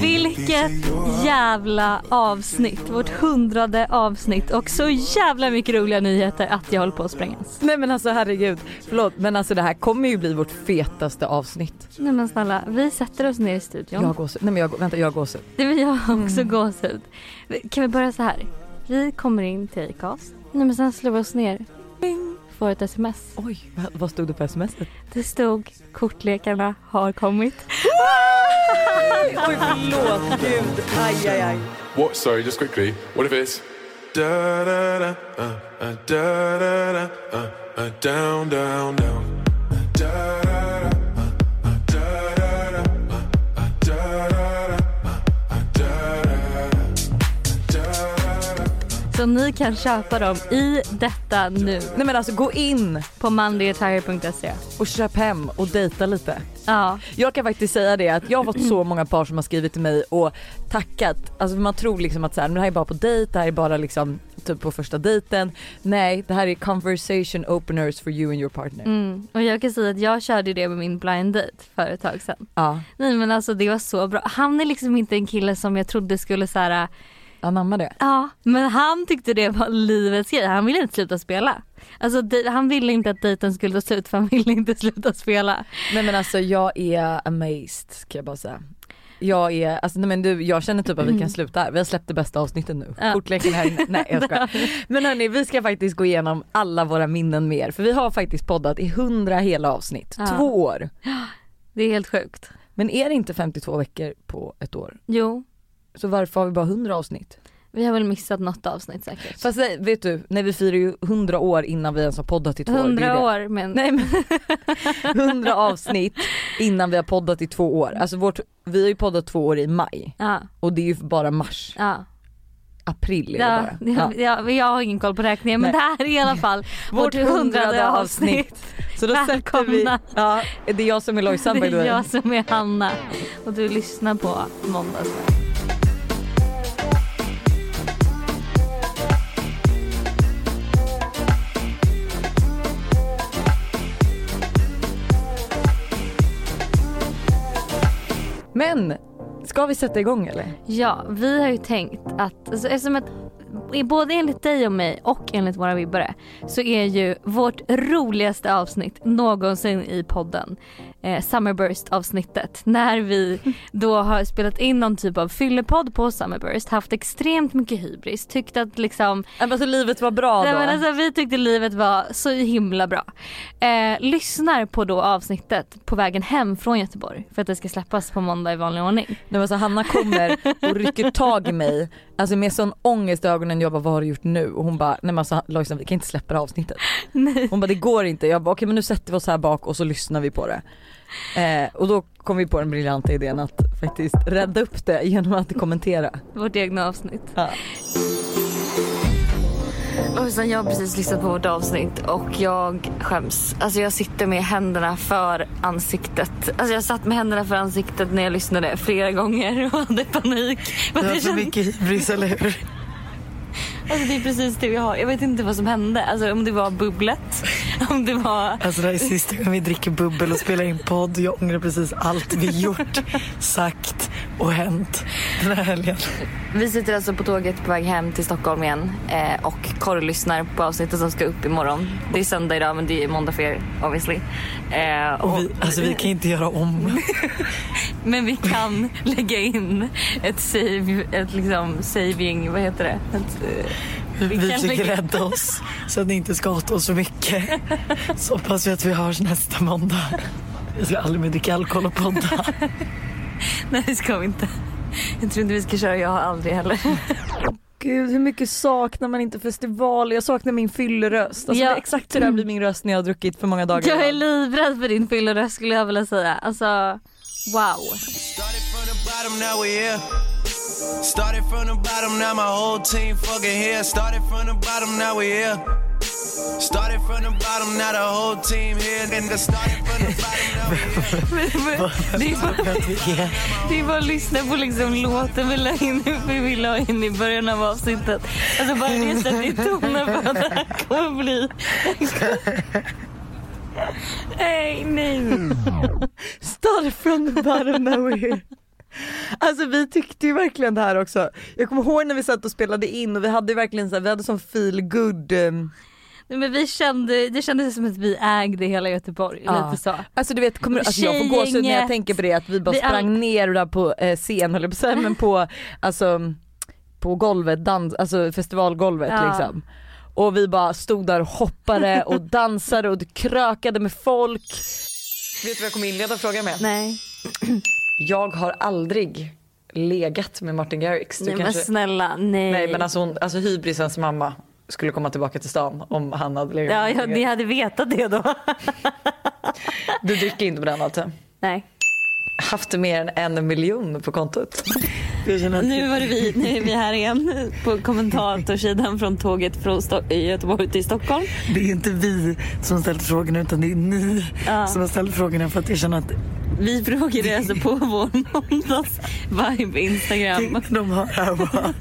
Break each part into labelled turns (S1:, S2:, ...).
S1: Vilket jävla avsnitt. Vårt hundrade avsnitt och så jävla mycket roliga nyheter att jag håller på att sprängas.
S2: Nej men alltså herregud, förlåt men alltså det här kommer ju bli vårt fetaste avsnitt.
S1: Nej men snälla, vi sätter oss ner i studion.
S2: Jag har gåshud. Nej men jag, vänta jag har gåshud.
S1: Det vill jag också gåshud. Kan vi börja så här? Vi kommer in till Acast. Nej men sen slår vi oss ner. Bing. Får ett sms.
S2: Oj, vad, vad stod det på smset?
S1: Det stod kortlekarna har kommit.
S2: Oj förlåt gud, aj aj aj.
S3: What? Sorry, just quickly. What if it's da da da uh, uh, da da da uh, uh, down down down uh, da da da uh, uh, da da da uh, uh, da da da uh, uh, da da da.
S1: Så ni kan köpa dem i detta nu
S2: Nej men alltså gå in
S1: på manligatire.se.
S2: och köp hem och dejta lite.
S1: Ja.
S2: Jag kan faktiskt säga det att jag har fått så många par som har skrivit till mig och tackat. Alltså man tror liksom att så här, men det här är bara på dejt, det här är bara liksom typ på första dejten. Nej, det här är conversation openers for you and your partner.
S1: Mm. Och jag kan säga att jag körde det med min blind date för ett tag sedan.
S2: Ja,
S1: Nej men alltså det var så bra. Han är liksom inte en kille som jag trodde skulle så här. äh,
S2: anamma det.
S1: ja men han tyckte det var livets grej. Han ville inte sluta spela. Alltså de- han ville inte att dejten skulle ta slut för han ville inte sluta spela.
S2: Nej men alltså jag är amazed ska jag bara säga. Jag är, alltså nej men du jag känner typ att vi kan sluta här. Vi har släppt det bästa avsnittet nu.
S1: Mm. Ja.
S2: Kortleken här inne. Nej jag skojar. Men hörni vi ska faktiskt gå igenom alla våra minnen med er. För vi har faktiskt poddat i hundra hela avsnitt.
S1: Ja.
S2: Två år.
S1: Det är helt sjukt.
S2: Men är det inte 52 veckor på ett år?
S1: Jo
S2: Så varför har vi bara 100 avsnitt?
S1: vi har väl missat något avsnitt säkert.
S2: Fast nej, vet du, nej vi firar ju 100 år innan vi ens har poddat i två år. Det är ju
S1: 100
S2: det.
S1: år men
S2: Nej men 100 avsnitt innan vi har poddat i två år. Alltså vårt, vi har ju poddat två år i maj
S1: ja,
S2: och det är ju bara mars,
S1: ja.
S2: april är det
S1: Ja,
S2: bara.
S1: ja, ja, jag har ingen koll på räkningen men
S2: Nej.
S1: det här är i alla fall vårt hundrade avsnitt.
S2: Så då sätter vi,
S1: Välkomna.
S2: ja, det är jag som är Lojsan
S1: Det
S2: by the
S1: är
S2: way.
S1: jag som är Hanna och du lyssnar på Måndags.
S2: Men ska vi sätta igång eller?
S1: Ja, vi har ju tänkt att, alltså, eftersom att både enligt dig och mig och enligt våra vibbare så är ju vårt roligaste avsnitt någonsin i podden eh, Summerburst avsnittet när vi då har spelat in någon typ av fyllepodd på Summerburst, haft extremt mycket hybris, tyckt att liksom
S2: Ja, men Alltså livet var bra då.
S1: Nej, men alltså, vi tyckte livet var så himla bra. Eh, lyssnar på då avsnittet på vägen hem från Göteborg för att det ska släppas på måndag i vanlig ordning.
S2: Nej, men alltså Hanna kommer och rycker tag i mig, alltså med sån ångest i ögonen. Jag bara vad har du gjort nu? Och hon bara nej men alltså Lojsan vi kan inte släppa det här avsnittet. Hon bara det går inte. Jag bara okej men nu sätter vi oss här bak och så lyssnar vi på det. Eh, och då kom vi på den briljanta idén att faktiskt rädda upp det genom att kommentera.
S1: Vårt egna avsnitt.
S2: Ja.
S1: Och sen jag har precis lyssnat på vårt avsnitt och jag skäms. Alltså jag sitter med händerna för ansiktet. Alltså jag satt med händerna för ansiktet när jag lyssnade flera gånger och hade panik. Men
S4: Du har
S1: jag
S4: så
S1: kände-
S4: mycket hybris, eller hur?
S1: Alltså det är precis det jag har. Jag vet inte vad som hände. Alltså om det var bubblet, om det var...
S4: Alltså det här är sista gången vi dricker bubbel och spelar in podd. Jag ångrar precis allt vi gjort, sagt och hänt den här helgen.
S1: Vi sitter alltså på tåget på väg hem till Stockholm igen eh, och Korre lyssnar på avsnittet som ska upp imorgon. Det är söndag idag men det är måndag för er obviously. Eh,
S4: Och vi, alltså vi kan inte göra om.
S1: Men vi kan lägga in ett, save, ett liksom saving, vad heter det? Ett, eh,
S4: Vi
S1: kan
S4: försöker
S1: lägga-
S4: rädda oss så att ni inte ska hata oss så mycket. Så hoppas vi att vi hörs nästa måndag. Jag ska aldrig mer dricka alkohol och podda.
S1: nej det ska vi inte. Jag tror inte vi ska köra Jag har aldrig heller.
S2: Gud hur mycket saknar man inte festivaler? Jag saknar min fylleröst. Alltså,
S1: Ja.
S2: det är exakt så där blir min röst när jag har druckit för många dagar.
S1: Jag är
S2: i rad.
S1: livrädd för din fylleröst skulle jag vilja säga. Alltså wow.
S5: Started from the bottom, now we here. Started from the bottom, now my whole team fucking here. Started from the bottom, now we here. Started from the bottom, now the whole team here. And the started from the bottom, now we
S1: Det är
S5: here.
S1: bara,
S4: För att vi är
S1: det är bara att lyssna på liksom låten vi la in, vi ville ha in i början av avsnittet. Alltså bara det sätter i tonen för att det här kommer bli... Nej, nej.
S2: Start from the bottom now we're here. Alltså vi tyckte ju verkligen det här också. Jag kommer ihåg när vi satt och spelade in och vi hade ju verkligen så här, vi hade sån feel good ehm,
S1: Nej, men vi kände, det kändes som att vi ägde hela Göteborg.
S2: Ja.
S1: Lite så.
S2: Alltså du vet, kommer, alltså, jag får gåshud när jag
S1: Tjejgänget.
S2: tänker på det att vi bara
S1: Vi all-
S2: sprang ner där på eh, scen höll jag på att säga, men på, alltså, på golvet, dans, alltså festivalgolvet
S1: Ja.
S2: liksom. Och vi bara stod där och hoppade och dansade och krökade med folk.
S6: Vet du vad jag kommer inleda frågan med?
S1: Nej,
S6: Jag har aldrig legat med Martin Garrix. Du
S1: nej men
S6: kanske-
S1: snälla nej.
S6: Nej men alltså, hon, alltså hybrisens mamma skulle komma tillbaka till stan om han hade legat
S1: ja,
S6: med
S1: ja,
S6: Martin
S1: ni
S6: Garrix.
S1: hade vetat det då.
S6: Du dricker inte på den alltså?
S1: nej.
S6: Haft mer än en miljon på kontot?
S4: Jag känner att
S7: Nu var det vi, nu är vi här igen på kommentatorsidan från tåget från Sto- i Göteborg till Stockholm.
S4: det är inte vi som har ställt frågorna utan det är ni som har ställt frågorna för att jag känner att
S7: Vi frågade alltså på vår måndags-vibe Instagram.
S4: tänk när de hör det här bara,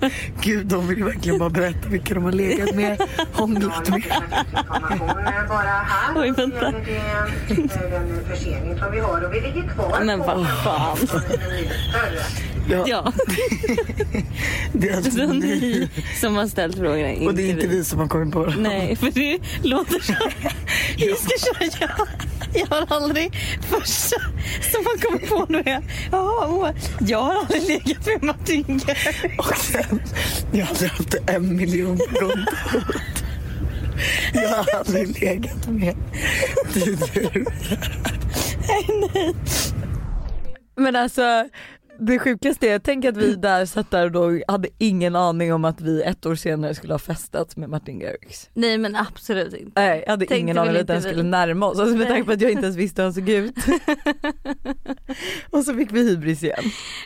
S4: gud de vill ju verkligen bara berätta vilka de har legat med, hånglat med.
S8: information bara här.
S7: Oj, vänta.
S8: Det är den försening som vi har och vi ligger kvar
S7: Men vad fan.
S8: på en lite större.
S7: Ja,
S4: Det är
S7: det
S4: alltså
S7: är
S4: ni
S7: ni som har ställt frågorna. Inte
S4: och det är inte vi som har kommit på det.
S7: Nej, för det låter så. Jag ska köra. Jag, jag har aldrig första som man kommer på nu är jaha, åh, jag har aldrig legat med Martin Garrix.
S4: Och sen, jag hade haft en miljon runt. Jag har aldrig legat med.
S2: Men alltså det sjukaste är, tänk att vi där satt där och då hade ingen aning om att vi ett år senare skulle ha festat med Martin Garrix.
S1: nej men absolut inte.
S2: Nej jag hade
S1: Tänkte
S2: ingen aning
S1: väl
S2: om att den
S1: inte vi.
S2: skulle närma oss, alltså, med tanke på att jag inte ens visste hur han såg ut. och så fick vi hybris igen.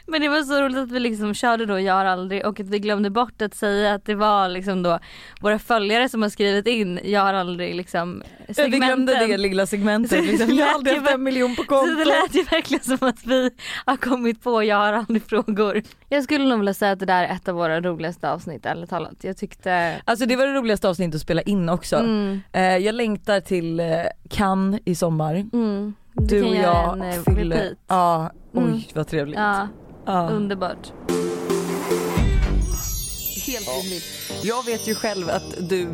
S1: Men det var så roligt att vi liksom körde då jag har aldrig och att vi glömde bort att säga att det var liksom då våra följare som har skrivit in jag har aldrig liksom segmenten.
S2: Vi glömde det lilla segmentet. Liksom. Jag har aldrig haft en miljon på
S1: Så det
S2: kontot.
S1: lät ju verkligen som att vi har kommit på jag har aldrig frågor. Jag skulle nog vilja säga att det där är ett av våra roligaste avsnitt ärligt talat. Jag tyckte
S2: Alltså det var det roligaste avsnittet att spela in också.
S1: Mm.
S2: Eh, jag längtar till eh, Cannes i sommar.
S1: mm,
S2: Du
S1: kan
S2: och
S1: göra
S2: jag
S1: en, eh,
S2: fyller...
S1: repeat.
S2: Ja, oj
S1: Mm.
S2: vad trevligt.
S1: Ja,
S2: Ja.
S1: underbart.
S6: Helt rimligt. Jag vet ju själv att du,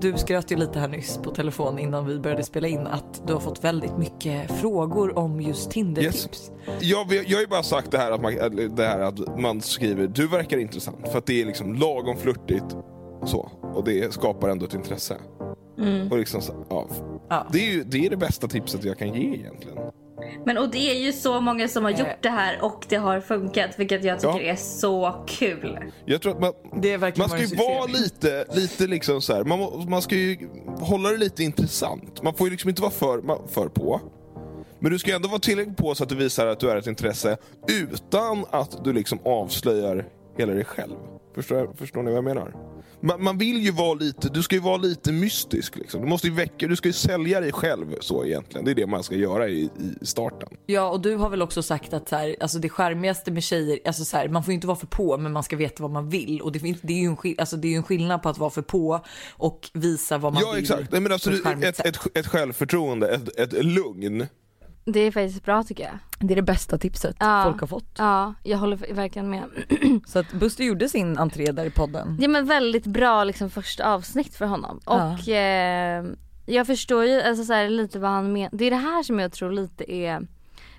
S6: du skröt ju lite här nyss på telefon innan vi började spela in att du har fått väldigt mycket frågor om just Tinder-tips.
S9: Jag, vet- jag har ju bara sagt det här, att man, eller det här att man skriver du verkar intressant för att det är liksom lagom flörtigt så, och det skapar ändå ett intresse. Och liksom, så- ja.
S6: Ja.
S9: Det, är ju, det är det bästa tipset jag kan ge egentligen.
S1: Men och det är ju så många som har gjort det här och det har funkat vilket jag
S9: tycker Ja. är
S1: så kul.
S9: Jag tror att man,
S6: Det verkar
S9: man ska ju
S6: succé.
S9: vara lite, lite liksom så här, man, må- man ska ju hålla det lite intressant. Man får ju liksom inte vara för, ma- för på. Men du ska ju ändå vara tillräckligt på så att du visar att du är ett intresse utan att du liksom avslöjar hela dig själv. Förstår, förstår ni vad jag menar? Man, man vill ju vara lite, du ska ju vara lite mystisk. Liksom. Du måste ju väcka, du ska ju sälja dig själv så egentligen. Det är det man ska göra i, i starten.
S6: Ja, och du har väl också sagt att så här, alltså det charmigaste med tjejer, alltså så här, man får ju inte vara för på men man ska veta vad man vill. Och det, finns, det, är, ju en, skill- alltså det är ju en skillnad på att vara för på och visa vad man
S9: Ja
S6: vill.
S9: exakt. Nej, men alltså,
S6: på
S9: du-
S6: charmigt
S9: ett,
S6: sätt.
S9: ett, ett självförtroende, ett, ett lugn.
S1: Det är faktiskt bra tycker jag.
S2: Det är det bästa tipset
S1: Ja.
S2: folk har fått.
S1: Ja, jag håller verkligen med.
S2: Så att Buster gjorde sin entré där i podden.
S1: Ja men väldigt bra liksom första avsnitt för honom.
S2: Ja.
S1: Och eh, jag förstår ju alltså, så här, lite vad han menar. Det är det här som jag tror lite är,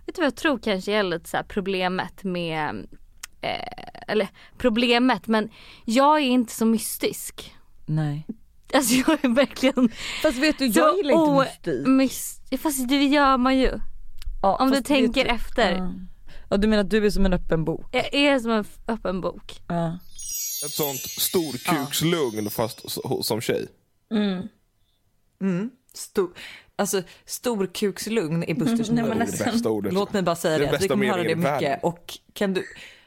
S1: vet du vad jag tror kanske är lite så här, problemet med, eh, eller problemet men jag är inte så mystisk.
S2: Nej.
S1: Alltså jag är verkligen
S2: Fast vet du,
S1: så
S2: jag gillar inte
S1: o-
S2: mystik.
S1: mys- Fast det gör man ju.
S2: Ja,
S1: Om du
S2: fast det är typ-
S1: tänker
S2: inte-
S1: efter.
S2: Ja. Ja, du menar att du är som en öppen bok?
S1: Jag är som en f- öppen bok.
S2: Ja.
S9: Ett sånt storkukslugn fast s- som tjej.
S6: Stor, alltså storkukslugn är Busters
S7: Mm, Nej, men alltså-
S6: ord.
S9: Det bästa ordet.
S6: Låt mig bara säga
S9: Den
S6: det, att vi
S9: bästa
S6: kommer höra det
S9: meningen i världen.
S6: mycket. Och kan du,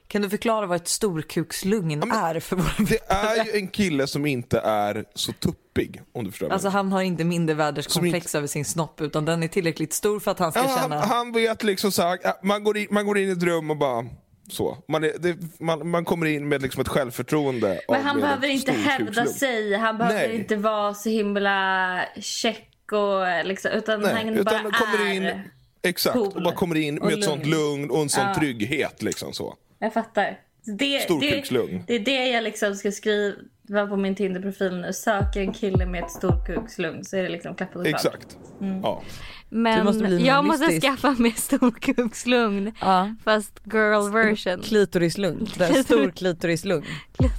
S6: kan du förklara vad ett storkukslugn är för våra
S9: Det är ju en kille som inte är så tuppig om du förstår vad jag
S6: Alltså han har inte mindervärdeskomplex över sin snopp utan den är tillräckligt stor för att han ska
S9: menar.
S6: känna...
S9: han, han vet liksom så här, man går, in, man går in i ett rum och bara så. Man, är, det, man, man kommer in med liksom ett självförtroende. av
S1: Men han
S9: med
S1: behöver
S9: ett
S1: inte hävda
S9: storkukslugn.
S1: sig, han behöver
S9: Nej.
S1: inte vara så himla check och liksom, utan
S9: Nej,
S1: han
S9: utan
S1: bara
S9: kommer
S1: är.
S9: in, exakt,
S1: cool
S9: och bara kommer in med
S1: och
S9: ett sånt lugn och en sån trygghet. Liksom så.
S10: Jag fattar. Det,
S9: Storkukslugn.
S10: det, det är det jag liksom ska skriva på min Tinder-profil nu. Sök en kille med ett storkukslugn så är det liksom klappat och klart.
S9: Exakt.
S1: Mm.
S9: Ja.
S10: Men
S2: Du måste bli
S10: jag måste
S2: humanistisk.
S10: skaffa mig storkukslugn.
S2: Ja.
S10: Fast girl version.
S2: Klitorislugn. Det är stor klitorislugn.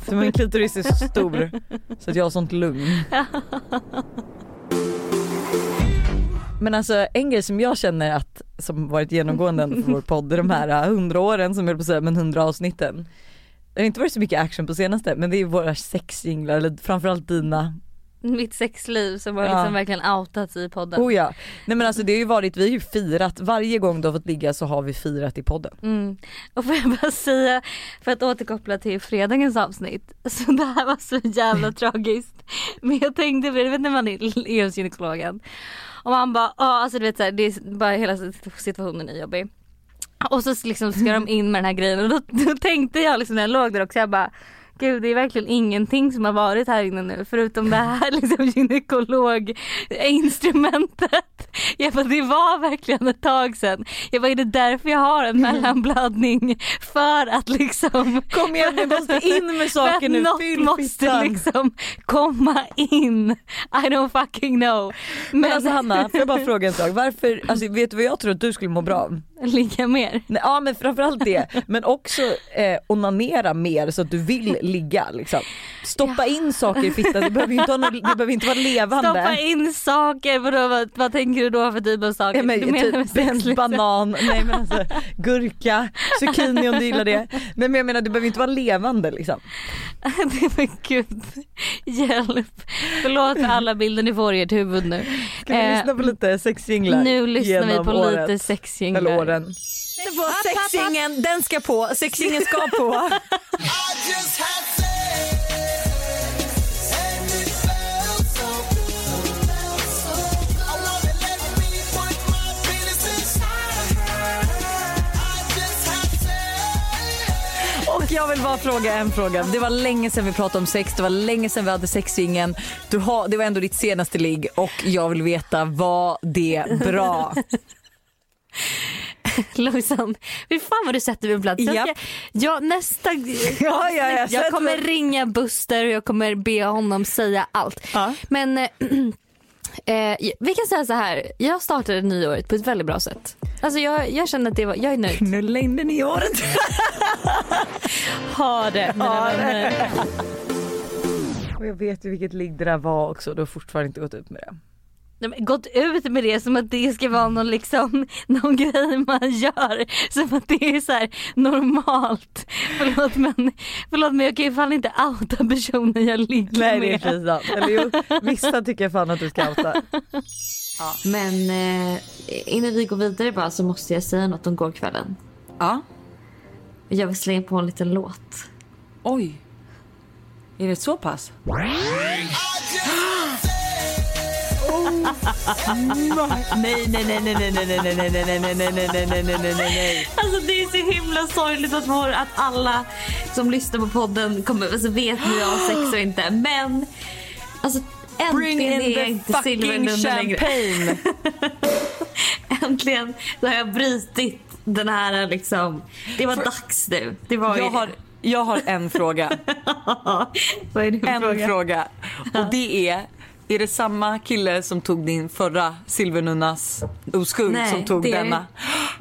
S2: Så min klitoris är så stor så att jag har sånt lugn. Men alltså en grej som jag känner att som varit genomgående för vår podd är de här äh, hundra åren som jag höll på att säga men hundra avsnitten. Det har inte varit så mycket action på senaste men det är våra sexsinglar eller framförallt dina
S10: Mitt sexliv som har
S2: Ja.
S10: liksom verkligen outats i podden.
S2: Oh ja. Nej men alltså det har ju varit, vi har ju firat, varje gång du har fått ligga så har vi firat i podden.
S10: Mm. Och får jag bara säga, för att återkoppla till fredagens avsnitt. Så det här var så jävla tragiskt. Men jag tänkte på det, du vet när man är är hos gynekologen. Och man bara, ja alltså du vet så här, det är bara hela situationen är jobbig. Och så liksom ska de in med den här grejen och då, då tänkte jag liksom när jag låg där också, jag bara Gud det är verkligen ingenting som har varit här inne nu förutom det här liksom gynekologinstrumentet. Jag bara det var verkligen ett tag sedan. Jag bara är det därför jag har
S2: Mm.
S10: en mellanblödning? För att liksom
S2: Kom igen nu, måste in med
S10: för
S2: saker
S10: att
S2: nu,
S10: något
S2: fyll
S10: måste
S2: fittan.
S10: liksom komma in. I don't fucking know. Men,
S2: Men alltså Hanna, får jag bara fråga en sak? Varför, alltså vet du vad jag tror att du skulle må bra av?
S10: ligga mer.
S2: Nej, Ja men framförallt det, men också eh, onanera mer så att du vill ligga liksom. Stoppa in saker i fittan, det behöver ju inte, ha något, det behöver inte vara levande.
S10: Stoppa in saker, vadå, vad, vad tänker du då för typ av saker?
S2: Ja, men,
S10: du menar med
S2: typ
S10: sex,
S2: en
S10: liksom?
S2: banan, nej men alltså gurka, zucchini om du gillar det. Nej men jag menar du behöver inte vara levande liksom.
S10: Nej, men gud, hjälp. Förlåt för alla bilder ni får i ert huvud nu.
S2: Ska vi
S10: Eh,
S2: lyssna på lite sexsinglar?
S10: nu lyssnar vi
S2: genom
S10: på
S2: året?
S10: lite sexjinglar.
S2: Eller åren.
S11: Sexingen, den ska på. Sexingen ska på.
S3: I just had sex, and it felt so good. I wanna let me put my penis inside her. I just had sex.
S11: Och jag vill bara fråga en fråga. Det var länge sedan vi pratade om sex, det var länge sedan vi hade sexingen. Du har, det var ändå ditt senaste ligg och jag vill veta, var det bra?
S10: Lojsan, fy fan vad du sätter mig på plats. Jag ska,
S11: Japp.
S10: jag, nästa,
S11: ja, ja,
S10: Alltså, jag
S11: sätt
S10: kommer
S11: mig.
S10: ringa Buster och jag kommer be honom säga allt.
S11: Ja.
S10: Men eh, eh, vi kan säga så här, jag startade nyåret på ett väldigt bra sätt. Alltså jag, jag känner att det var, jag är nöjd.
S11: Nu längde ni året.
S10: Ha det mina vänner.
S2: Och jag vet ju vilket ligg det där var också, du har fortfarande inte gått ut med det.
S10: De har gått ut med det som att det ska vara någon, liksom, någon grej man gör. Som att det är så här normalt. Förlåt men, förlåt men jag kan ju fan inte outa personen jag ligger
S2: Nej det är
S10: med.
S2: precis sant. Eller jo, vissa tycker jag fan att du ska outa.
S1: Men eh, innan vi går vidare bara så måste jag säga något om gårkvällen.
S11: Ja.
S1: Jag vill slänga på en liten låt.
S11: Oj. Är det så pass? Nej, nej, nej, nej, nej, nej, nej, nej, nej, nej, nej, nej, nej, nej, nej, nej, nej, nej, nej.
S1: Alltså det är så himla sorgligt att, vår, att alla som lyssnar på podden kommer, alltså, vet nu jag har sex och inte. Men alltså
S11: Bring
S1: äntligen är jag
S11: in the
S1: inte
S11: fucking
S1: silvernunnen längre.
S11: champagne.
S1: Äntligen så har jag brutit den här liksom. Det var dags nu. Det var ju
S11: Jag har, jag har en fråga.
S1: Vad är din
S11: En
S1: fråga?
S11: fråga. Och det är, är det samma kille som tog din förra silvernunnas oskuld
S1: Nej,
S11: som tog
S1: det är
S11: denna?
S1: Det.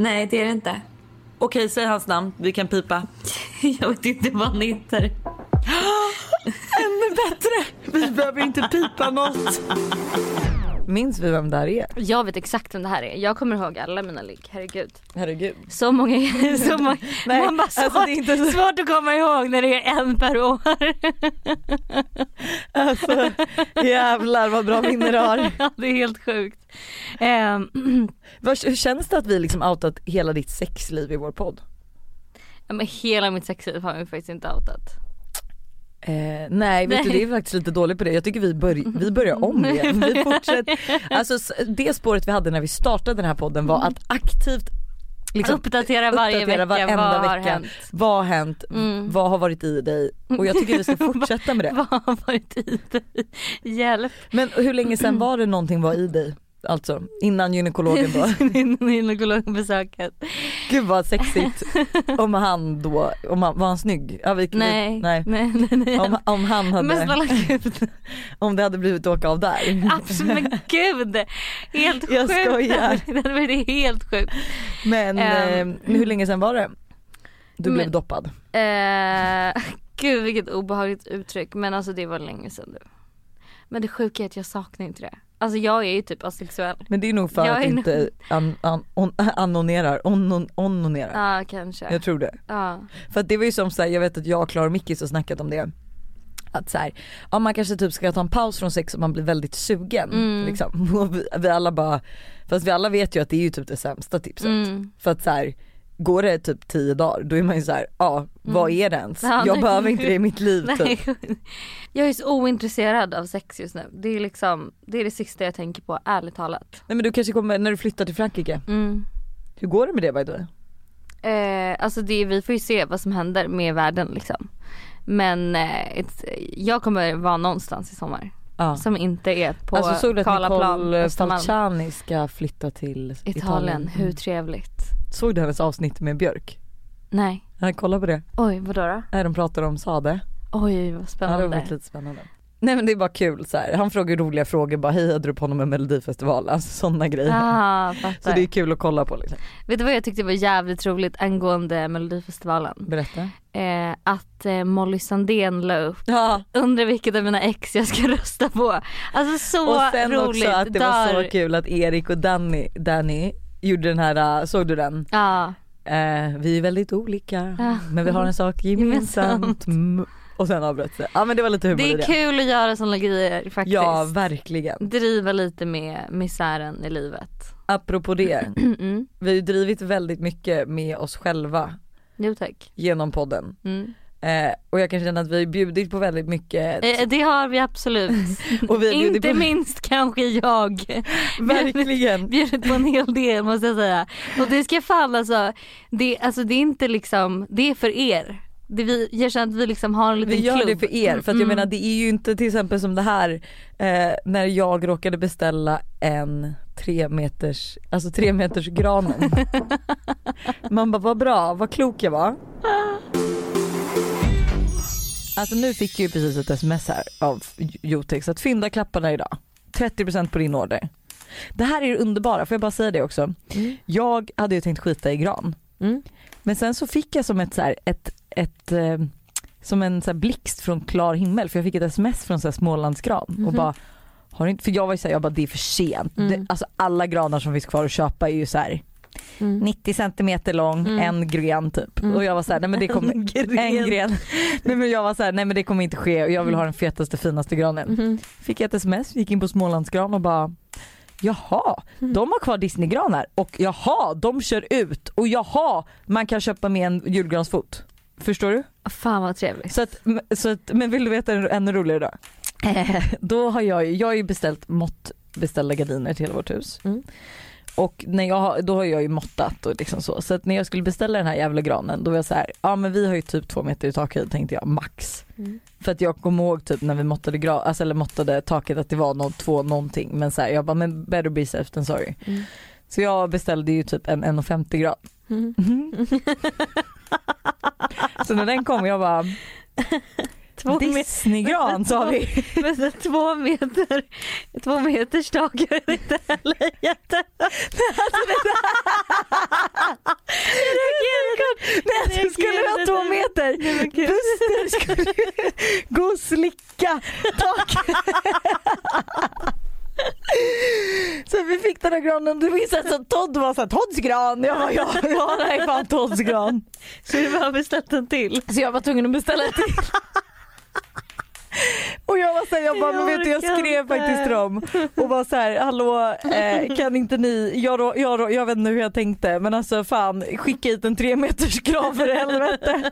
S1: Nej det är det inte.
S11: Okej, säg hans namn. Vi kan pipa.
S1: Jag vet inte vad han heter.
S11: Ännu bättre! Vi behöver inte pipa något.
S2: Minns vi vem det här är?
S10: Jag vet exakt vem det här är. Jag kommer ihåg alla mina ligg. Herregud.
S2: Herregud.
S10: Så många. Så många.
S2: Nej,
S10: Man bara
S2: alltså,
S10: svårt,
S2: det är inte så-
S10: svårt att komma ihåg när det är en per år.
S2: Alltså jävlar vad bra minne du har.
S10: Ja, det är helt sjukt. Ehm,
S2: Vars- Hur känns det att vi liksom outat hela ditt sexliv i vår podd?
S10: ja, men hela mitt sexliv har jag faktiskt inte outat.
S2: Eh, nej vet du
S10: Nej.
S2: det är faktiskt lite dåligt på det. Jag tycker vi, börj- vi börjar om igen. Vi fortsätter. Alltså s- det spåret vi hade när vi startade den här podden var att aktivt liksom,
S10: Uppdatera varje
S2: Mm. uppdatera
S10: vecka.
S2: varenda
S10: Vad har
S2: vecka.
S10: hänt?
S2: Vad har hänt? Mm. Vad har varit i dig? Och jag tycker vi ska fortsätta med det.
S10: Vad har varit i dig? Hjälp.
S2: Men hur länge sedan var det någonting var i dig? Alltså innan gynekologen då.
S1: Gynekologbesöket.
S2: Gud vad sexigt. Om han då, om han, var han snygg? Ja, vi, vi-
S1: Nej, nej,
S2: nej.
S1: nej, nej.
S2: Om, om han hade,
S1: Men snälla gud,
S2: om det hade blivit åka av där.
S1: absolut, men gud! Helt sjukt.
S2: Jag skojar.
S1: Det hade varit helt sjukt.
S2: Men
S1: Ehm.
S2: eh, hur länge sedan var det? Du blev
S1: Men-
S2: doppad.
S1: Eh, gud vilket obehagligt uttryck men alltså det var länge sedan nu. Men det sjuka är att jag saknar inte det. Alltså jag är ju typ asexuell.
S2: Men det är nog för
S1: Jag
S2: att
S1: är
S2: du inte an, an, on, anonerar, onon, ononerar.
S1: Ja kanske.
S2: Jag tror det.
S1: Ja.
S2: För att det var ju som såhär, jag vet att jag och Klara och Mickis har snackat om det. Att såhär, ja man kanske typ ska ta en paus från sex om man blir väldigt sugen.
S1: Mm.
S2: Liksom. Och vi, vi alla bara, fast vi alla vet ju att det är ju typ det sämsta tipset.
S1: Mm.
S2: För att såhär, går det typ tio dagar då är man ju såhär, ja vad är det ens?
S1: Mm. Ja,
S2: jag
S1: nej.
S2: behöver inte det i mitt liv typ.
S1: Nej. Jag är så ointresserad av sex just nu. Det är liksom, det är det sista jag tänker på ärligt talat.
S2: Nej men du kanske kommer, när du flyttar till Frankrike,
S1: Mm.
S2: hur går det med det by the way?
S1: Eh, alltså det, vi får ju se vad som händer med världen liksom. Men eh, it's- jag kommer vara någonstans i sommar.
S2: Ja.
S1: Som inte är på
S2: alltså såg du att
S1: Karlaplan,
S2: Nicole eh,
S1: Östermalm.
S2: Falciani ska flytta till Italien?
S1: Italien,
S2: Mm.
S1: hur trevligt.
S2: Såg du hennes avsnitt med Björk?
S1: Nej.
S2: Ja, kolla på det.
S1: Oj, vadå då?
S2: När de pratar om Sade.
S1: Oj, vad
S2: Ja, det
S1: spännande.
S2: var lite spännande. Nej men det är bara kul så här. han frågar ju roliga frågor bara hej hade du på honom en melodifestival, alltså sådana grejer.
S1: ah,
S2: så
S1: fattar.
S2: det är kul att kolla på liksom.
S1: Vet du vad jag tyckte var jävligt roligt angående melodifestivalen?
S2: Berätta.
S1: Eh, att eh, Molly Sandén la upp
S2: Ja
S1: Undrar vilket av mina ex jag ska rösta på. Alltså så
S2: och sen
S1: roligt.
S2: också att det var
S1: Dör.
S2: så kul att Erik och Danny, Danny gjorde den här, äh, såg du den?
S1: Ja,
S2: Eh, vi är väldigt olika
S1: Ja.
S2: men vi har en sak gemensamt. Mm. Och sen avbröts det. Ja men det var lite humor
S1: det
S2: i
S1: är kul att göra sådana grejer faktiskt.
S2: Ja verkligen.
S1: Driva lite med misären i livet.
S2: Apropå det,
S1: Mm-mm.
S2: vi har ju drivit väldigt mycket med oss själva
S1: Jo tack.
S2: genom podden.
S1: Mm.
S2: Eh, och jag kan känna att vi har bjudit på väldigt mycket
S1: Eh, det har vi absolut.
S2: och vi har bjudit
S1: Inte
S2: på
S1: minst kanske jag.
S2: Verkligen.
S1: bjudit på en hel del måste jag säga. Och det ska fan alltså, det, alltså det är inte liksom, det är för er. Det vi, jag känner att vi liksom har en liten
S2: Vi gör
S1: klubb. Mm.
S2: det för er för att jag menar det är ju inte till exempel som det här eh, när jag råkade beställa en tre meters, alltså tre meters granen. Man bara vad bra, vad klok jag var. Alltså nu fick jag ju precis ett sms här av Jotex att fynda klapparna idag. 30% på din order. Det här är det underbara, får jag bara säga det också.
S1: Mm.
S2: Jag hade ju tänkt skita i gran.
S6: Mm.
S2: Men sen så fick jag som ett, så här, ett, ett eh, som en så här blixt från klar himmel för jag fick ett sms från så här Smålandsgran och bara har du inte, för jag var ju såhär, jag bara det är för sent. Det, alltså alla granar som finns kvar att köpa är ju såhär 90 centimeter lång, en gren typ. Och jag var såhär, nej men det kommer, Mm. en gren. Nej men jag var såhär, nej men det kommer inte ske och jag vill ha den fetaste finaste granen. Fick jag ett sms, gick in på Smålandsgran och bara Jaha, de har kvar Disneygranar och jaha, de kör ut och jaha, man kan köpa med en julgransfot. Förstår du?
S1: Fan vad trevligt.
S2: Så att, så att, men vill du veta en ännu roligare då? Eh, då har jag, ju- jag har ju beställt mått, beställda gardiner till hela vårt hus.
S6: Mm.
S2: Och när jag, har- då har jag ju måttat och liksom så. Så att när jag skulle beställa den här jävla granen då var jag så här, ja men vi har ju typ två meter i takhöjd tänkte jag, max. För att jag kommer ihåg typ när vi måttade, gra- alltså, eller måttade taket att det var någon, två någonting. Men så här, jag bara, men better be safe than sorry. Så jag beställde ju typ en 1,50 gran. så när den kom jag bara,
S1: Två, me-
S2: Disneygran sa vi.
S1: men så två meter, två meters tak är det inte heller jätte...
S2: Nej att du skulle ha två meter. Buster skulle gå och slicka taket. Så vi fick den här granen, du minns alltså Todd var såhär Todds gran. Jag bara ja, ja det här är fan Todds gran.
S1: Så du har beställt en till.
S2: Så jag var tvungen att beställa en till. Och jag var såhär, jag bara, men vet du jag
S1: orkar
S2: skrev
S1: inte.
S2: faktiskt till dem och var såhär, hallå eh, kan inte ni, jag, rå- jag, rå- jag vet inte hur jag tänkte men alltså fan skicka hit en tre meters gran för helvete.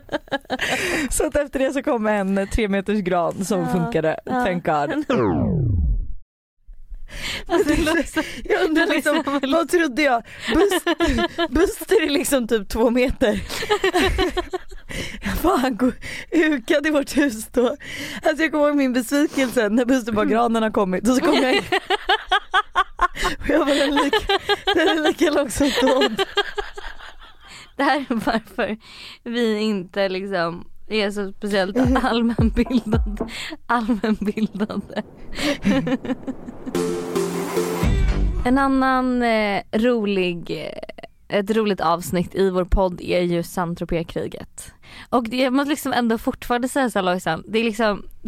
S2: Så att efter det så kom en tre meters gran som funkade, thank god.
S1: Alltså, det låter så-
S2: Jag undrar liksom, vad trodde jag? Buster, Buster är liksom typ två meter. Fan, han går hukad i vårt hus då. Alltså jag kommer ihåg min besvikelse när Buster bara granen har kommit och så kom jag in. Och
S12: Jag
S2: jag
S12: var den lika, den är lika lång som Todd.
S10: Det här är varför vi inte liksom är så speciellt allmänbildad, allmänbildade. en annan eh, rolig, eh, ett roligt avsnitt i vår podd är ju saint kriget Och det, jag måste liksom ändå fortfarande säga så här, Lojsan, det är liksom,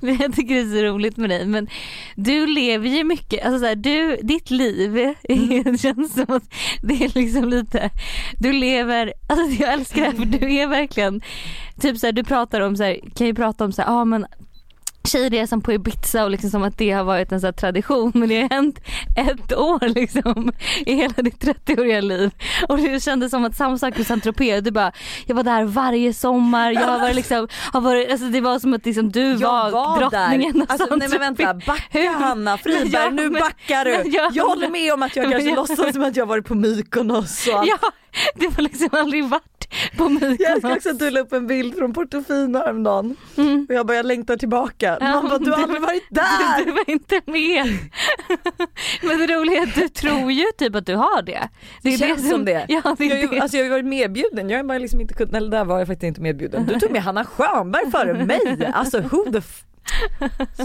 S10: det, jag tycker det är så roligt med dig men du lever ju mycket, alltså så här, du, ditt liv
S2: Mm.
S10: är, känns som att det är liksom lite, du lever, alltså jag älskar det här för du är verkligen, typ så här, du pratar om så här, kan ju prata om så här, ah, men tjejresan på Ibiza och liksom som att det har varit en så här tradition men det har hänt ett år liksom i hela ditt 30-åriga liv och det kändes som att samma sak med saint Tropez. du bara jag var där varje sommar jag har varit liksom har varit, alltså det var som att liksom du var,
S2: Jag var
S10: drottningen
S2: där.
S10: av
S2: Alltså, nej men
S10: Saint-Tropez.
S2: vänta, backa
S10: Hur-
S2: Hanna Friberg,
S10: Men jag-
S2: nu
S10: men-
S2: backar du.
S10: men
S2: jag,
S10: jag-
S2: håller med om att jag
S10: men
S2: kanske
S10: jag-
S2: låtsas som att jag varit på Mykonos och allt.
S10: Ja, det var liksom aldrig varit på
S2: Jag älskar
S10: Mykonos.
S2: också att du la upp en bild från Portofino häromdagen
S10: Mm.
S2: och jag bara jag längtar tillbaka.
S10: Ja,
S2: Man bara du har
S10: du-
S2: aldrig varit där!
S10: Du var inte med. Men det roliga är att du tror ju typ att du har det. är
S2: Det känns som det.
S10: Ja, det
S2: Jag,
S10: är
S2: har ju-
S10: det.
S2: alltså jag har ju varit medbjuden, jag har bara liksom inte kunnat, eller där var jag faktiskt inte medbjuden. Du tog med Hanna Stjernberg före mig, alltså who the f-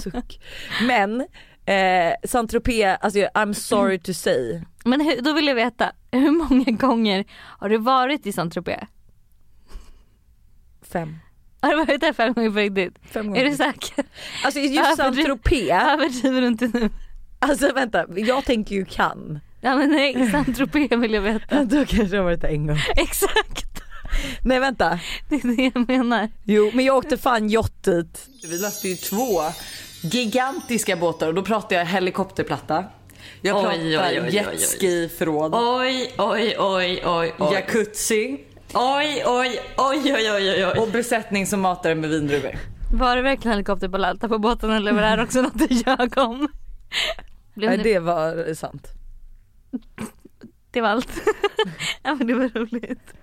S2: Suck. Men eh, saint tropez alltså jag- I'm sorry to say.
S10: Men hur, då vill jag veta, hur många gånger har du varit i Saint-Tropez?
S2: Fem.
S10: Har du varit där fem gånger på riktigt?
S2: Fem
S10: Är
S2: gånger.
S10: du säker?
S2: Alltså just
S10: Överdriv-
S2: saint tropez
S10: Överdriver du inte nu?
S2: alltså vänta jag tänker ju kan.
S10: Ja men nej, Saint-Tropez vill jag veta.
S2: Då kanske jag har varit där en gång.
S10: Exakt,
S2: Nej vänta.
S10: det är det jag menar.
S2: Jo men jag åkte fan yacht dit.
S13: Vi lastar ju två gigantiska båtar och då pratar jag helikopterplatta. Jag
S1: Oj,
S13: pratar
S1: oj, oj, oj, oj.
S13: jetski-förråd.
S1: Oj, oj, oj, oj, oj.
S13: Jacuzzi
S1: Oj, oj, oj, oj, oj, oj.
S13: och besättning som matar den med vindruvor.
S10: Var det verkligen helikopterballalta på båten eller var det här också något du ljög om? Blev
S2: Nej
S10: ni-
S2: det var sant.
S10: Det var allt. ja men det var roligt.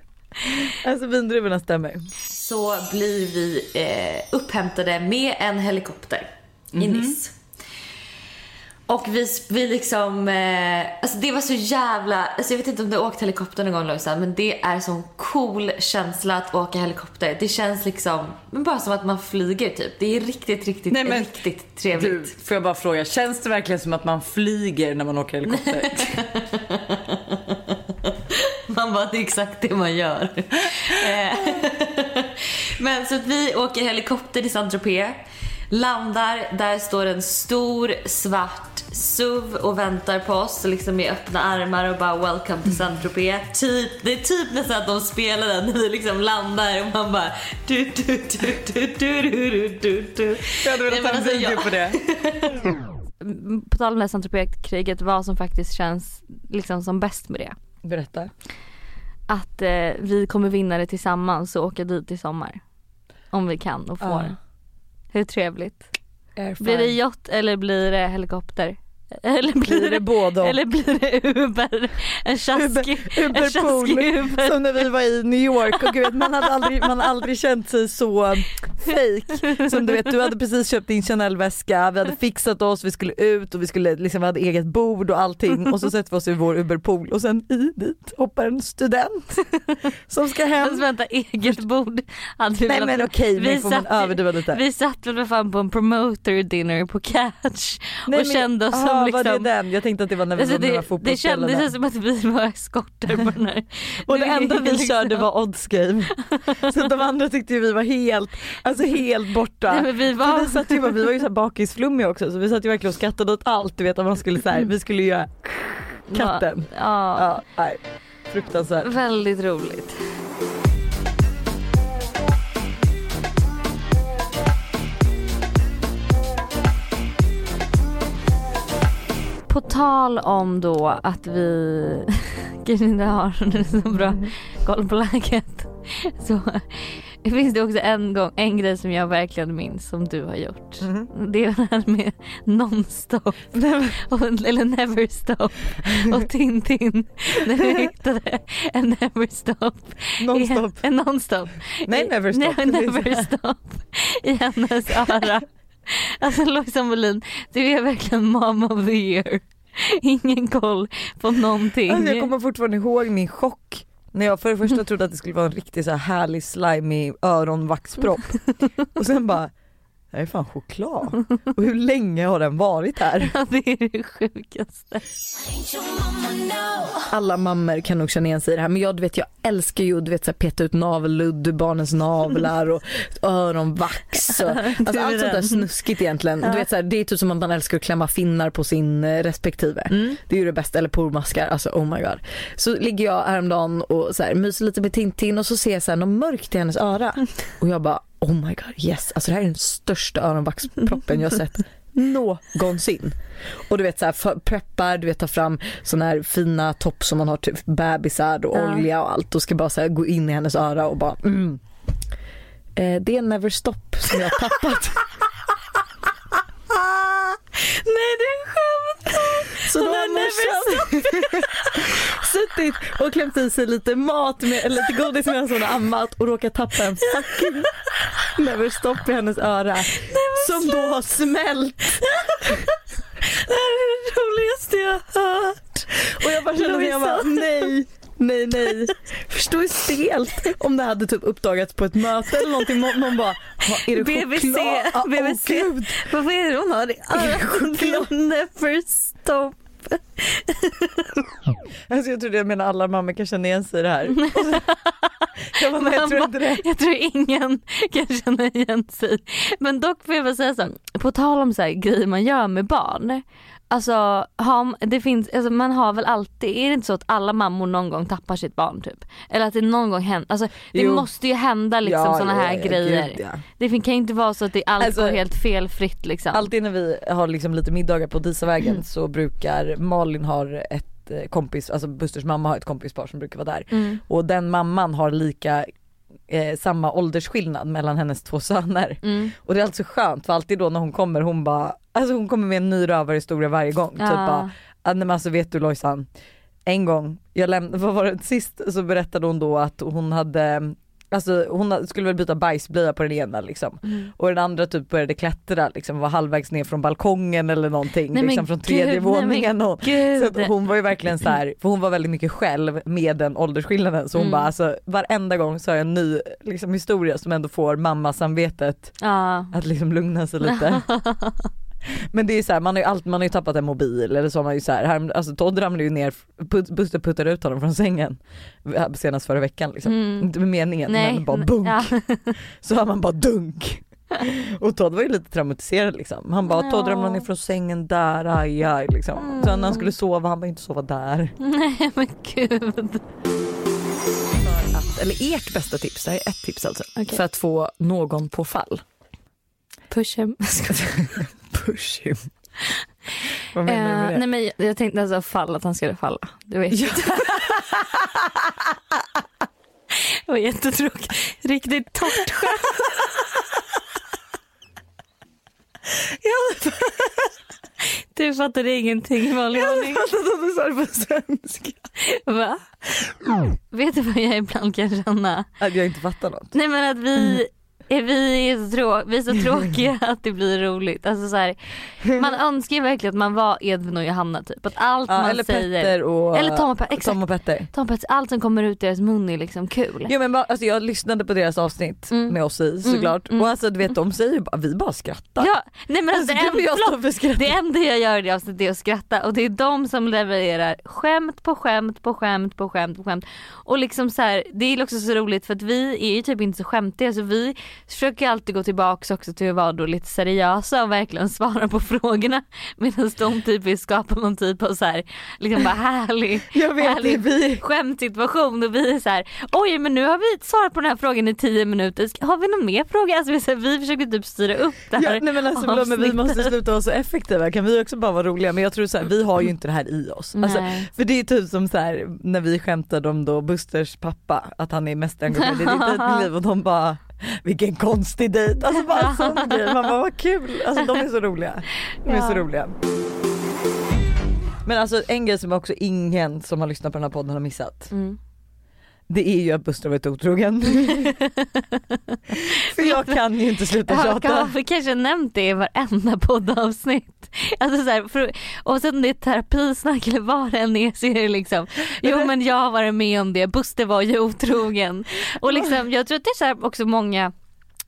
S2: Alltså vindruvorna stämmer.
S1: Så blir vi eh, upphämtade med en helikopter i
S13: Mhm.
S1: Nice. Och vi, vi liksom, eh, alltså det var så jävla, alltså jag vet inte om du har åkt helikopter någon gång Lojsan, men det är sån cool känsla att åka helikopter. Det känns liksom, men bara som att man flyger typ. Det är riktigt, riktigt,
S13: Nej, men-
S1: riktigt trevligt.
S13: Du, får jag bara fråga, känns det verkligen som att man flyger när man åker helikopter?
S1: Man bara, det är exakt det man gör. Eh, Men så att vi åker helikopter till Saint-Tropez, landar, där står en stor svart SUV och väntar på oss liksom med öppna armar och bara welcome to Saint-Tropez. Typ, det är typ nästan att de spelar den när vi liksom landar och man bara du du du du du du du du du.
S13: Jag hade velat
S1: Nej,
S13: ta
S1: men
S13: en
S1: alltså,
S13: video
S1: jag-
S13: på det.
S10: Mm, På tal om det här Saint-Tropez-kriget, vad som faktiskt känns liksom som bäst med det.
S2: Berätta.
S10: Att eh, vi kommer vinna det tillsammans och åka dit i sommar. Om vi kan och får.
S2: Ja.
S10: Hur trevligt.
S2: Airfly.
S10: Blir det yacht eller blir det helikopter? Eller
S2: Blir det både och?
S10: eller blir det Uber? En tjaskig en
S2: Uberpool.
S10: tjaskig Uber.
S2: Som när vi var i New York och gud, man hade aldrig, man hade aldrig känt sig så fake. Som du vet, du hade precis köpt din Chanel-väska, vi hade fixat oss, vi skulle ut och vi skulle liksom, vi hade eget bord och allting och så sätter vi oss i vår Uberpool och sen i dit hoppar en student som ska
S10: Fast
S2: hem.
S10: vänta, eget bord hade vi
S2: Nej
S10: velat-
S2: men okej, nu
S10: Vi
S2: får man
S10: satt-
S2: överdriva lite.
S10: Vi satt väl för fan på en promoter dinner på Catch
S2: Nej,
S10: och
S2: men-
S10: kände oss
S2: Ah,
S10: som
S2: var det
S10: liksom
S2: den? Jag tänkte att det var när vi
S10: Alltså
S2: var med
S10: det,
S2: de här
S10: det kändes som att vi var eskorter på den här.
S2: Och det
S10: är
S2: enda vi
S10: liksom-
S2: körde var odds game. Så de andra tyckte ju vi var helt, alltså helt borta.
S10: Nej, men vi var-
S2: Så vi, satt ju, bara- vi var ju så här bakisflummiga också så vi satt ju verkligen och skrattade åt allt. Du vet att man skulle så här, vi skulle göra katten.
S10: Ja,
S2: Ja, nej. Fruktansvärt.
S10: väldigt roligt. På tal om då att vi kanske inte har så bra
S1: Mm.
S10: koll på läget så finns det också en, gång, en grej som jag verkligen minns som du har gjort.
S1: Mm-hmm.
S10: Det är det här med nonstop och, eller never stop och Tintin när vi hittade en never stop. i-
S2: Nonstop.
S10: En nonstop.
S2: Nej,
S10: I-
S2: never stop.
S10: Nej, never stop i hennes öra. Alltså Lojsan Molin, du är verkligen mom of the year.
S1: Ingen koll på någonting.
S2: Alltså jag kommer fortfarande ihåg min chock när jag för det första trodde att det skulle vara en riktigt så här härlig slimy öronvaxpropp och sen bara, det här är fan choklad. Och hur länge har den varit här?
S1: Ja, det är det sjukaste.
S6: Alla mammor kan nog känna igen sig i det här men jag, du vet, jag älskar ju du vet, så här, peta ut navelludd ur barnens navlar och öronvax och alltså, allt sånt där snuskigt egentligen. Du vet, så här, det är typ som att man älskar att klämma finnar på sin eh, respektive. Det är ju det bästa, eller pormaskar, alltså oh my god. Så ligger jag häromdagen och så här, myser lite med Tintin och så ser jag så här, något mörkt i hennes öra och jag bara oh my god yes, alltså det här är den största öronvaxproppen jag har sett någonsin. Och du vet så här, för- preppar, du vet tar fram såna här fina topp som man har typ bebisar och olja och allt och ska bara så här, gå in i hennes öra och bara mm. eh, Det är never stop som jag har tappat.
S7: Nej, det är en skämt.
S6: så då har morsan suttit och klämt i sig lite mat med, eller lite godis medan hon har ammat och råkat tappa en fucking never stop i hennes öra. som då har smält
S7: Det här är det roligaste jag har hört.
S6: Och jag bara kände mig, jag bara, nej, nej, nej. Förstå hur stelt om det hade typ uppdagats på ett möte eller någonting. Någon någon bara, "Ha, är det
S1: BVC,
S6: choklad? Ah,
S1: BVC.
S6: Åh gud.
S1: Varför är det hon har det? Ah, never stop.
S2: Alltså jag trodde jag menar alla mammor kan känna igen sig i det här. Och så, jag, bara, nej, jag tror inte det.
S1: Jag tror ingen kan känna igen sig. Men dock får jag väl säga så, här, på tal om så här, grejer man gör med barn. Alltså, har, det finns, alltså man har väl alltid, är det inte så att alla mammor någon gång tappar sitt barn typ? Eller att det någon gång händer, alltså det
S2: Jo.
S1: måste ju hända liksom
S2: Ja,
S1: sådana
S2: ja,
S1: här
S2: ja,
S1: grejer.
S2: gud, ja.
S1: Det fin- kan ju inte vara så att det allt
S2: Alltså-
S1: går helt felfritt liksom. Mm.
S2: Alltid när vi har liksom lite middagar på Disavägen så brukar Malin har ett eh, kompis, alltså Busters mamma har ett kompispar som brukar vara där.
S1: Mm.
S2: Och den mamman har lika Eh, samma åldersskillnad mellan hennes två söner.
S1: Mm.
S2: Och det är alltså skönt för alltid då när hon kommer hon bara, alltså hon kommer med en ny rövarhistoria varje gång. Typ
S1: Ja.
S2: bara, "Ah, nej men alltså vet du Lojsan, en gång, jag lämnade, vad var det, sist så berättade hon då att hon hade Alltså hon ha- skulle väl byta bajsblöja på den ena liksom. Och den andra typ började klättra liksom, var halvvägs ner från balkongen eller någonting.
S1: Nej, men
S2: liksom från
S1: gud,
S2: tredje
S1: nej, men
S2: våningen. och, så
S1: Gud.
S2: att hon var ju verkligen så här, för hon var väldigt mycket själv med den åldersskillnaden. Så hon
S1: Mm.
S2: bara alltså varenda gång så har jag en ny liksom, historia som ändå får mammasamvetet
S1: Ja.
S2: att liksom lugna sig lite. Men det är så här, man har ju allt, man har ju tappat en mobil eller så har man ju så här, här alltså Todd ramlade ju ner, put, Buster puttade ut honom från sängen eh, senast förra veckan liksom. Inte med meningen
S1: Mm. Nej.
S2: men bara bunk.
S1: Ja.
S2: Så hör man bara dunk. Och Todd var ju lite traumatiserad liksom. Han bara Todd ramlade ner från sängen där, aj, aj liksom. Så när han skulle sova, han bara inte sova där.
S1: Mm. Nej men gud.
S6: Att, eller ert bästa tips, det här är ett tips alltså. För att få någon på fall.
S1: Push him.
S2: Push him. Vad
S1: Eh,
S2: menar
S1: nej
S2: du med det?
S1: men jag, jag tänkte alltså fall att han skulle falla. Du vet. Ja. det var jättetråkigt. Riktigt torrt skämt. Du fattade ingenting i vanlig ordning.
S2: Att du sa det på svenska.
S1: Va? Vet du vad jag ibland kan känna?
S2: Att Äh, jag inte fattar något.
S1: Nej men att vi, är vi, är så trå- vi är så tråkiga att det blir roligt. Alltså så här, man önskar ju verkligen att man var Edvin och Johanna typ. Att allt
S2: Ja,
S1: man
S2: eller
S1: säger.
S2: Petter och...
S1: Eller Tom och Pe- exakt.
S2: Tom och Petter.
S1: Tom Petz, allt som kommer ut deras mun är liksom kul. Mm.
S2: Jo, men bara, alltså, jag lyssnade på deras avsnitt med oss i såklart och alltså du vet de säger ju bara vi bara skrattar.
S1: Ja, nej men alltså,
S2: Alltså, du och
S1: det,
S2: jag står
S1: enda,
S2: för skratt.
S1: det enda jag gör i det avsnittet är att skratta och det är de som levererar skämt på skämt på skämt på skämt på skämt. Och liksom så här, det är också så roligt för att vi är ju typ inte så skämtiga så vi försöker alltid gå tillbaks också till att vara då lite seriösa och verkligen svara på frågorna medan de typ vill skapa någon typ av så här, liksom bara härlig,
S2: Jag vet,
S1: härlig
S2: det är vi.
S1: skämtsituation och vi är så här, oj men nu har vi svarat på den här frågan i tio minuter, Ska- har vi någon mer fråga? Alltså vi, är så här, vi försöker typ styra upp det här
S2: Ja, nej men alltså förlåt, men vi
S1: avsnittet.
S2: måste sluta vara så effektiva, kan vi också bara vara roliga? Men jag tror så här, vi har ju inte det här i oss. Alltså,
S1: Nej.
S2: för det är typ som så här, när vi skämtade om då Busters pappa, att han är mest engagerad i ditt liv och de bara vilken konstig dejt, alltså bara en sån grej. Man bara vad kul, alltså de är så roliga. De är så roliga.
S1: Mm.
S2: Men alltså en grej som också ingen som har lyssnat på den här podden har missat.
S10: det är ju att Buster har varit otrogen. För jag kan ju inte sluta
S1: Han
S10: tjata.
S1: kan, vi kanske har nämnt det i varenda poddavsnitt. Alltså så här, för, oavsett om det är terapisnack eller vad det än är så är det liksom, jo men jag har varit med om det, Buster var ju otrogen. Och liksom, jag tror att det är så här också många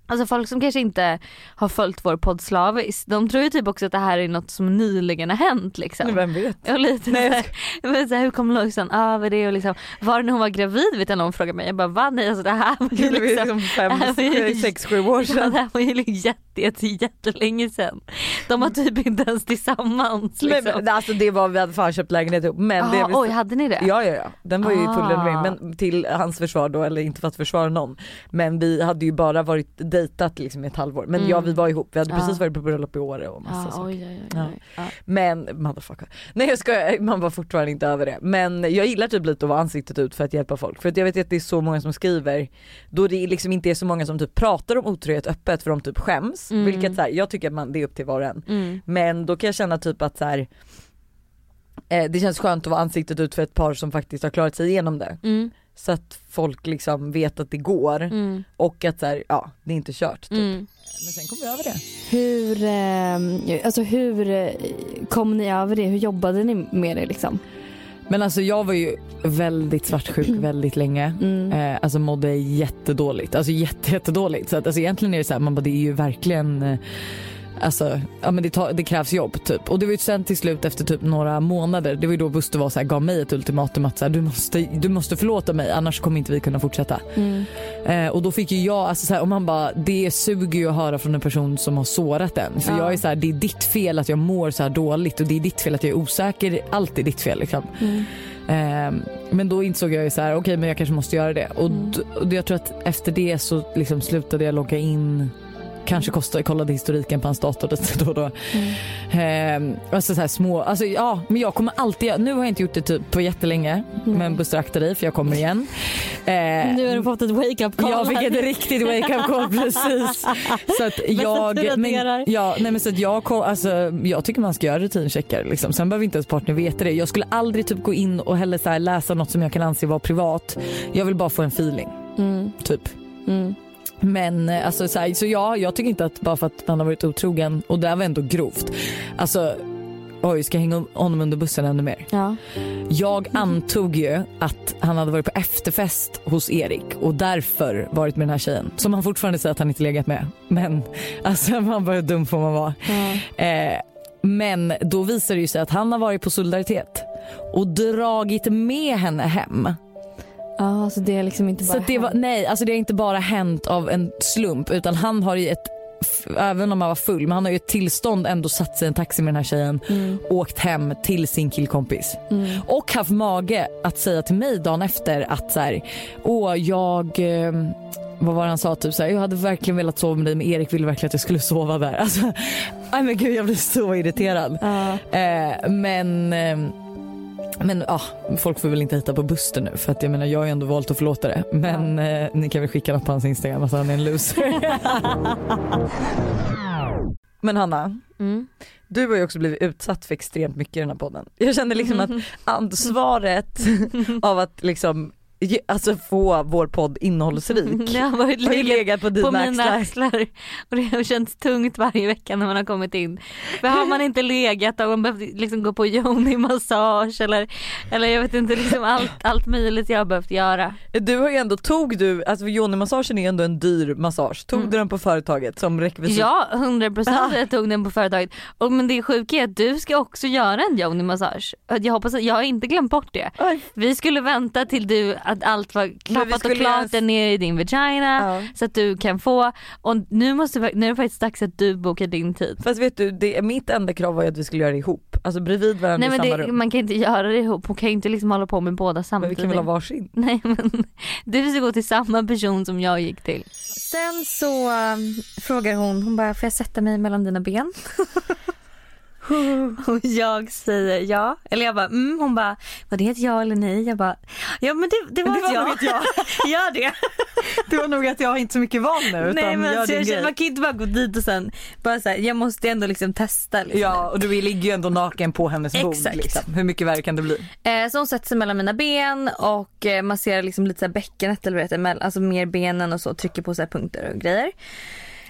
S1: Alltså folk som kanske inte har följt vår podd slaviskt, de tror ju typ också att det här är något som nyligen har hänt liksom.
S10: Vem vet?
S1: Och lite
S10: Nej, jag
S1: såhär, men såhär, hur kom Lojsan över det? Och liksom, var det när hon var gravid vet jag någon frågade mig. Jag bara va? Nej alltså det här var ju
S10: Det är
S1: liksom,
S10: liksom fem,
S1: det här var ju-
S10: sex, sju år
S1: ja,
S10: sedan.
S1: det här var ju liksom jätte, jätte, jättelänge sedan. De var typ inte ens tillsammans liksom.
S10: Men, alltså det var, vi hade fan köpt lägenhet ihop men det
S1: ah, oj hade ni det?
S10: Ja ja ja, den var ju i full
S1: Ah.
S10: renovering men till hans försvar då, eller inte för att försvara någon. Men vi hade ju bara varit dejtat liksom i ett halvår. Men
S1: Mm.
S10: ja vi var ihop, vi hade
S1: Ja.
S10: precis varit på bröllop i Åre och massa
S1: ah,
S10: saker.
S1: oj, oj, oj,
S10: Ja.
S1: oj. Ah. Ja.
S10: Men motherfucker. Nej jag skojar, man var fortfarande inte över det. Men jag gillar typ lite att vara ansiktet ut för att hjälpa folk. För att jag vet att det är så många som skriver, då det liksom inte är så många som typ pratar om otrohet öppet för de typ skäms.
S1: Mm.
S10: Vilket så här, jag tycker att man, det är upp till var och en.
S1: Mm.
S10: Men då kan jag känna typ att så här, eh, det känns skönt att vara ansiktet ut för ett par som faktiskt har klarat sig igenom det.
S1: Mm.
S10: Så att folk liksom vet att det går
S1: Mm.
S10: och att så här, ja, det är inte kört. Typ.
S1: Mm.
S10: Men sen kom vi över det.
S14: Hur,
S1: ehm,
S14: eh, alltså hur eh, kom ni över det? Hur jobbade ni med det liksom?
S2: Men alltså jag var ju väldigt svartsjuk väldigt länge.
S14: Mm.
S2: Eh, alltså mådde jättedåligt, alltså jätte, jättedåligt. Så att, alltså egentligen är det så här, man bara det är ju verkligen eh, Alltså, ja, men det, tar- det krävs jobb typ. Och det var ju sen till slut efter typ några månader, det var ju då Buster var så här, gav mig ett ultimatum att så här, du, måste, du måste förlåta mig annars kommer inte vi kunna fortsätta.
S14: Mm.
S2: Eh, och då fick ju jag, alltså såhär, om man bara, det suger ju att höra från en person som har sårat en. För
S1: Ja.
S2: jag är såhär, det är ditt fel att jag mår så här dåligt och det är ditt fel att jag är osäker. Allt är ditt fel liksom.
S14: Mm.
S2: Eh, men då insåg jag ju såhär, okej men jag kanske måste göra det. Och,
S14: Mm.
S2: d- och jag tror att efter det så liksom slutade jag logga in Kanske kostade, kollade historiken på hans dator lite då och då.
S14: Mm.
S2: Eh, alltså så här små, alltså ja men jag kommer alltid, nu har jag inte gjort det typ på jättelänge. Men Buster akta dig för jag kommer igen. Eh,
S14: Mm. Nu har du fått ett wake-up call.
S2: jag fick
S14: här.
S2: ett riktigt wake-up call precis. Så att jag,
S14: du raderar.
S2: men, ja, nej, men så att jag, kom, alltså, jag tycker man ska göra rutincheckar. Liksom. Sen behöver inte ens partner veta det. Jag skulle aldrig typ gå in och heller så här, läsa något som jag kan anse vara privat. Jag vill bara få en feeling.
S14: Mm.
S2: Typ.
S14: Mm.
S2: Men eh, alltså, så, här, så ja, jag tycker inte att bara för att man har varit otrogen och det här var ändå grovt. Alltså, oj, ska jag hänga honom under bussen ännu mer?
S14: Ja.
S2: Jag antog ju att han hade varit på efterfest hos Erik och därför varit med den här tjejen som han fortfarande säger att han inte legat med. Men alltså man bara hur dum får man vara.
S14: Ja.
S2: Eh, men då visar det ju sig att han har varit på solidaritet och dragit med henne hem.
S14: ja,
S1: alltså
S14: så det är liksom inte bara
S2: Så att det var,
S14: hänt.
S2: nej, alltså det har inte bara hänt av en slump utan han har ju ett f- Även om han var full, men han har ju ett tillstånd ändå satt sig i en taxi med den här tjejen,
S1: Mm.
S2: åkt hem till sin killkompis. Och haft mage att säga till mig dagen efter att så här, åh jag, eh, vad var det han sa, typ så här, jag hade verkligen velat sova med dig men Erik ville verkligen att jag skulle sova där. Alltså, nej men gud jag blir så irriterad.
S14: Ja.
S2: Eh, men eh, men ja, folk får väl inte hitta på Buster nu för att jag menar jag har ju ändå valt att förlåta det. Men eh, ni kan väl skicka något på hans Instagram att han är en loser.
S10: Men Hanna,
S1: Mm.
S10: du har ju också blivit utsatt för extremt mycket i den här podden. Jag känner liksom att ansvaret av att liksom ge- Alltså få vår podd innehållsrik
S1: Det har varit
S10: har ju
S1: legat
S10: legat på dina
S1: på mina
S10: axlar.
S1: axlar och det har känts tungt varje vecka när man har kommit in. För har man inte legat och man behövt liksom gå på yoni-massage eller, eller jag vet inte liksom allt, allt möjligt jag har behövt göra.
S10: Du har ju ändå, tog du, alltså Johnny-massagen är ju ändå en dyr massage, tog du den på företaget som rekvisit?
S1: Mm. Ja, 100% procent jag tog den på företaget. Och, men det sjuka är att du ska också göra en yoni-massage. Jag hoppas att jag har inte glömt bort det. Vi skulle vänta till du, att allt var klappat och
S10: skulle göra
S1: klart
S10: en-
S1: där ner i din vagina så att du kan få. Och nu, måste, nu är det faktiskt dags att du bokar din tid.
S10: Fast vet du, det, mitt enda krav var ju att vi skulle göra det ihop, alltså bredvid varandra
S1: Nej men
S10: i samma
S1: det,
S10: rum.
S1: man kan inte göra det ihop, hon kan ju inte liksom hålla på med båda
S10: Men vi
S1: samtidigt.
S10: kan väl ha varsin?
S1: Nej men du ska gå till samma person som jag gick till. Sen så um, frågar hon, hon bara får jag sätta mig mellan dina ben? Och jag säger ja. Eller jag bara mm. Hon bara, var det ett ja eller nej? Jag bara, ja men det, det var,
S7: Det var nog
S1: ett
S7: ett
S1: ja.
S7: ja.
S1: Gör det.
S7: Det var nog att jag har inte så mycket val nu. Utan
S1: Nej men
S7: gör
S1: alltså,
S7: din
S1: jag
S7: grej.
S1: känner, man kan ju inte bara gå dit och sen bara så här, jag måste ändå liksom testa. Liksom.
S2: Ja och du ligger ju ändå naken på hennes bord.
S1: Exakt.
S2: Liksom. Hur mycket värre kan det bli?
S1: Eh, så hon sätter sig mellan mina ben och eh, masserar liksom lite så här bäckenet eller vad det heter, mell- alltså mer benen och så, trycker på så här punkter och grejer.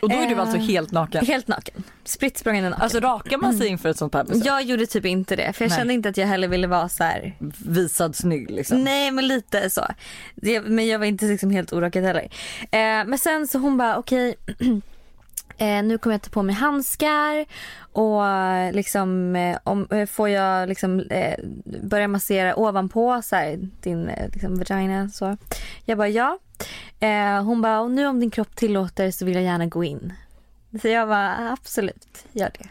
S2: Och då är du
S1: Eh,
S2: alltså helt naken?
S1: Helt naken. Spritt språngande naken.
S2: Alltså rakar man sig inför ett sånt här besök?
S1: Jag gjorde typ inte det för jag
S2: Nej.
S1: kände inte att jag heller ville vara så här.
S2: Visad snygg liksom.
S1: Nej men lite så. Det, men jag var inte liksom helt orakad heller. Eh, men sen så hon bara okej. Eh, nu kommer jag ta på mig handskar och eh, liksom, eh, om, eh, får jag liksom, eh, börja massera ovanpå så här, din eh, liksom, vagina. Så. Jag bara ja. Eh, hon bara och nu om din kropp tillåter så vill jag gärna gå in. Så jag bara absolut, gör det.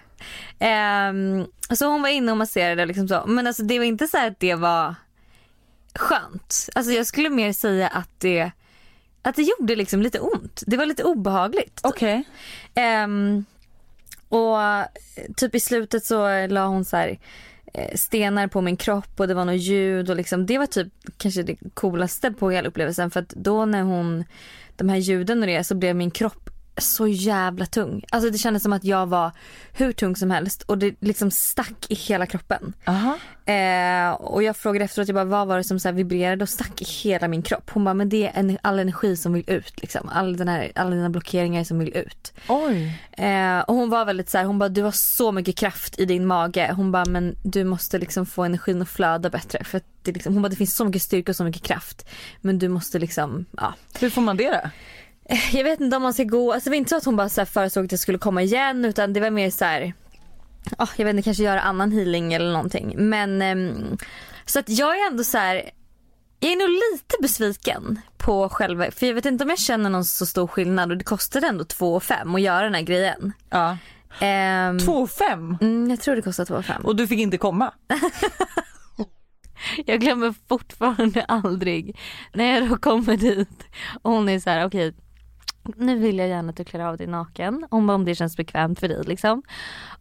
S1: Ehm, så hon var inne och masserade och liksom så. Men alltså det var inte så här att det var skönt. Alltså jag skulle mer säga att det, att det gjorde liksom lite ont. Det var lite obehagligt.
S2: Okej.
S1: Ehm, och eh, typ i slutet så eh, la hon så här eh, stenar på min kropp och det var något ljud och liksom det var typ kanske det coolaste på hela upplevelsen för att då när hon de här ljuden och det så blev min kropp så jävla tung. Alltså det kändes som att jag var hur tung som helst och det liksom stack i hela kroppen.
S2: Aha.
S1: Eh, och jag frågade efteråt, jag bara, vad var det som så här vibrerade och stack i hela min kropp? Hon bara, men det är en, all energi som vill ut liksom. All den här, alla dina blockeringar som vill ut.
S2: Oj.
S1: Eh, och hon var väldigt så här, hon bara, du har så mycket kraft i din mage. Hon bara, men du måste liksom få energin att flöda bättre. För att det liksom, hon bara, det finns så mycket styrka och så mycket kraft. Men du måste liksom, ja.
S2: Hur får man det då?
S1: Eh, Jag vet inte om man ska gå, alltså det var inte så att hon bara så här föreslog att jag skulle komma igen utan det var mer så här. ja, jag vet inte, kanske göra annan healing eller någonting. Men ehm, så att jag är ändå så här. jag är nog lite besviken på själva, för jag vet inte om jag känner någon så stor skillnad och det kostade ändå 2 5 att göra den här grejen.
S2: Ja.
S1: Ehm,
S2: Två fem.
S1: Mm, jag tror det kostade 2 5
S2: Och du fick inte komma?
S1: Jag glömmer fortfarande aldrig när jag då kommer dit och hon är så här: okej nu vill jag gärna att du klär av dig naken. Hon bara om det känns bekvämt för dig liksom.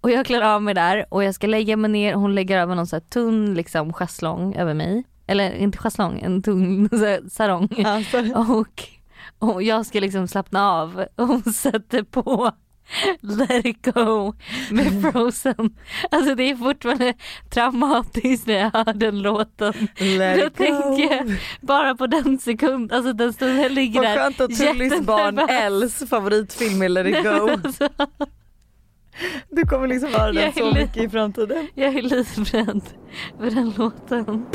S1: Och jag klär av mig där och jag ska lägga mig ner hon lägger över någon så här tunn liksom schäslong över mig. Eller inte schäslong, en tunn så här sarong. Alltså, Och, och jag ska liksom slappna av och hon sätter på Let it go med Frozen. Alltså det är fortfarande traumatiskt när jag hör den låten.
S2: Let
S1: Då
S2: it go.
S1: tänker jag bara på den sekund, alltså den stunden ligger
S2: Vad
S1: där
S2: skönt att Tullys barn
S1: jättenervös.
S2: Els favoritfilm är Let it go.
S1: Alltså,
S2: Du kommer liksom höra
S1: Jag
S2: den
S1: är
S2: så
S1: li-
S2: mycket i framtiden.
S1: jag är livrädd för den låten.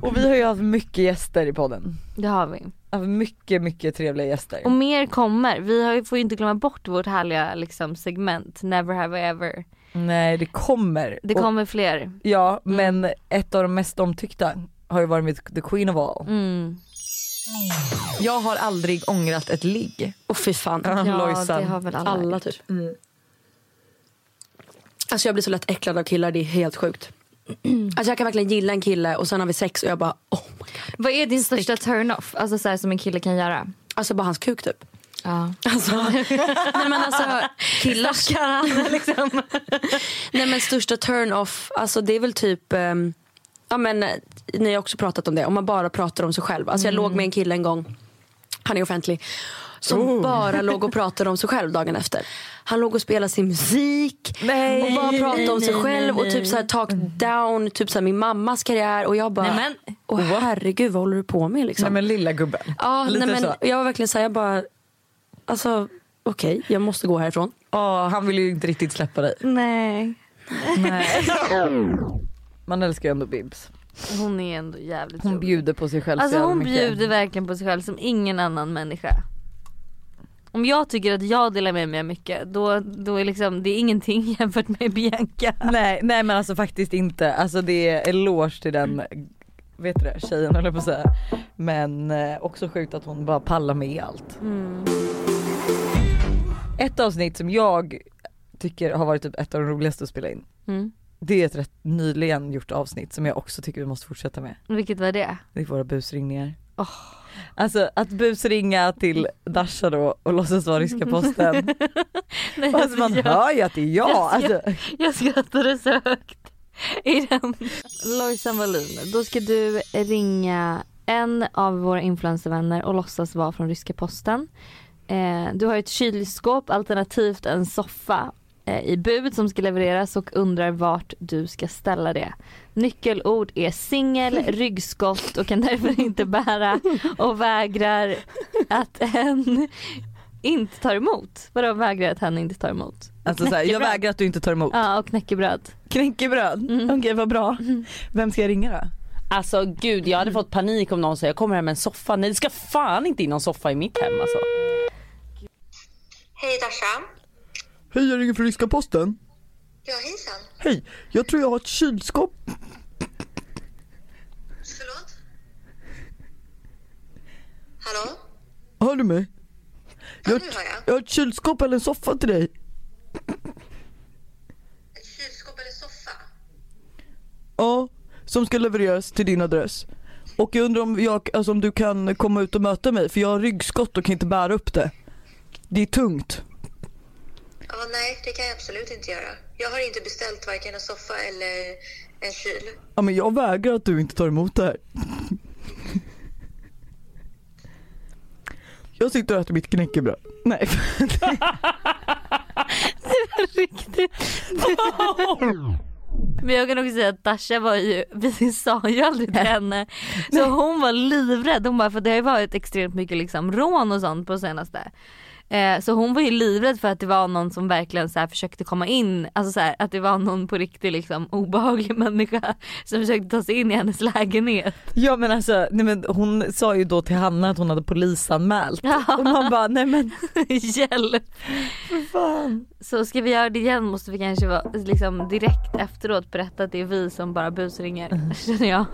S2: Och vi har ju haft mycket gäster i podden.
S1: Det har vi.
S2: Haft mycket, mycket trevliga gäster.
S1: Och mer kommer. Vi har ju, får ju inte glömma bort vårt härliga liksom, segment Never have I ever.
S2: Nej det kommer.
S1: Det Mm.
S2: Och,
S1: kommer fler.
S2: ja men ett av de mest omtyckta har ju varit med The Queen of All.
S1: Mm.
S2: Jag har aldrig ångrat ett ligg.
S15: Och fy fan.
S2: Ja,
S1: Ja, det har väl alla.
S15: Alla typ. Alltså jag blir så lätt äcklad av killar, det är helt sjukt. Alltså jag kan verkligen gilla en kille och sen har vi sex och jag bara oh my god.
S1: Vad är din största turn-off? Alltså så här som en kille kan göra.
S15: Alltså bara hans kuk typ.
S1: Ja.
S15: Alltså, nej men alltså killars...
S1: liksom.
S15: Nej men största turn-off, alltså det är väl typ ehm, Ja men eh, ni har också pratat om det, om man bara pratar om sig själv. Alltså jag låg med en kille en gång, han är offentlig, som
S1: Oh.
S15: bara låg och pratade om sig själv dagen efter. Han låg och spelade sin musik
S2: Nej.
S15: och bara pratade om sig själv och typ så här talk down, typ så här min mammas karriär och jag bara,
S1: Nej, men-
S15: åh herregud vad håller du på med liksom?
S2: Nej men lilla gubben.
S15: ja,
S2: Lite
S15: nej, men,
S2: så.
S15: jag var verkligen såhär, jag bara, alltså okej jag måste gå härifrån.
S2: Åh, han vill ju inte riktigt släppa dig.
S1: Nej.
S2: Man älskar ju ändå Bibs.
S1: Hon är ändå jävligt
S2: Hon
S1: rolig.
S2: bjuder på sig själv
S1: Alltså
S2: så jävla
S1: hon
S2: mycket.
S1: bjuder verkligen på sig själv som ingen annan människa. Om jag tycker att jag delar med mig av mycket då, då är liksom, det är ingenting jämfört med Bianca.
S2: Nej, nej men alltså faktiskt inte. Alltså det är eloge till den vet du det, tjejen höll jag på att säga. Men eh, också sjukt att hon bara pallar med allt.
S1: Mm.
S2: Ett avsnitt som jag tycker har varit typ ett av de roligaste att spela in.
S1: Mm.
S2: Det är ett rätt nyligen gjort avsnitt som jag också tycker vi måste fortsätta med.
S1: Vilket var det?
S2: Det är våra busringningar. Alltså att busringa till Dasha då och låtsas vara ryska posten.
S1: Nej,
S2: alltså man
S1: jag-
S2: hör ju att det är jag. Alltså.
S1: jag, jag skrattade så högt i den. Lojsan Wallin, då ska du ringa en av våra influencervänner och låtsas vara från ryska posten. Eh, du har ett kylskåp alternativt en soffa eh, i bud som ska levereras och undrar vart du ska ställa det. Nyckelord är singel, ryggskott och kan därför inte bära och vägrar att hen inte tar emot. Vadå vägrar att hen inte tar emot?
S2: Alltså så här, jag
S1: Knäckebröd.
S2: vägrar att du inte tar emot.
S1: Ja och knäckebröd. Mm.
S2: Knäckebröd? Okej vad bra. Vem ska jag ringa då?
S16: Alltså gud jag hade fått panik om någon säger jag kommer hem med en soffa. Nej det ska fan inte in någon soffa i mitt hem alltså.
S8: Hej Dasha.
S17: Hej, jag ringer från ryska posten.
S8: Ja hejsan.
S17: Hej, jag tror jag har ett kylskåp.
S8: Förlåt? Hallå?
S17: Hör du mig? Jag, har
S8: nu
S17: ett-
S8: hör jag.
S17: jag har ett kylskåp eller en soffa till dig.
S8: Ett kylskåp eller soffa?
S17: Ja, som ska levereras till din adress. Och jag undrar om, jag, alltså om du kan komma ut och möta mig för jag har ryggskott och kan inte bära upp det. Det är tungt.
S8: Ja, nej, det kan jag absolut inte göra. Jag har inte beställt varken en soffa eller en kyl.
S17: Ja, men jag vägrar att du inte tar emot det här. Jag sitter och äter mitt knäckebröd. Nej.
S1: Men jag kan också säga att Dasha var ju, vi sa ju aldrig till henne. Så hon var livrädd, hon bara för det har ju varit extremt mycket liksom rån och sånt på senaste. Eh, Så hon var ju livrädd för att det var någon som verkligen så här försökte komma in, alltså så här, att det var någon på riktigt liksom obehaglig människa som försökte ta sig in i hennes lägenhet.
S2: Ja men alltså nej, men hon sa ju då till Hanna att hon hade polisanmält. Och man bara nej men.
S1: Hjälp! Så ska vi göra det igen måste vi kanske vara, liksom direkt efteråt berätta att det är vi som bara busringer känner jag.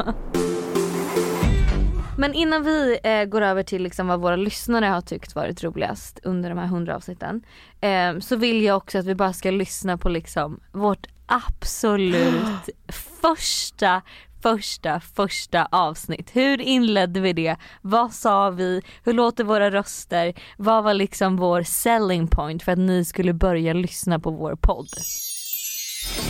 S1: Men innan vi eh, går över till liksom vad våra lyssnare har tyckt varit roligast under de här 100 avsnitten. Eh, så vill jag också att vi bara ska lyssna på liksom vårt absolut första första första avsnitt. Hur inledde vi det? Vad sa vi? Hur låter våra röster? Vad var liksom vår selling point för att ni skulle börja lyssna på vår podd?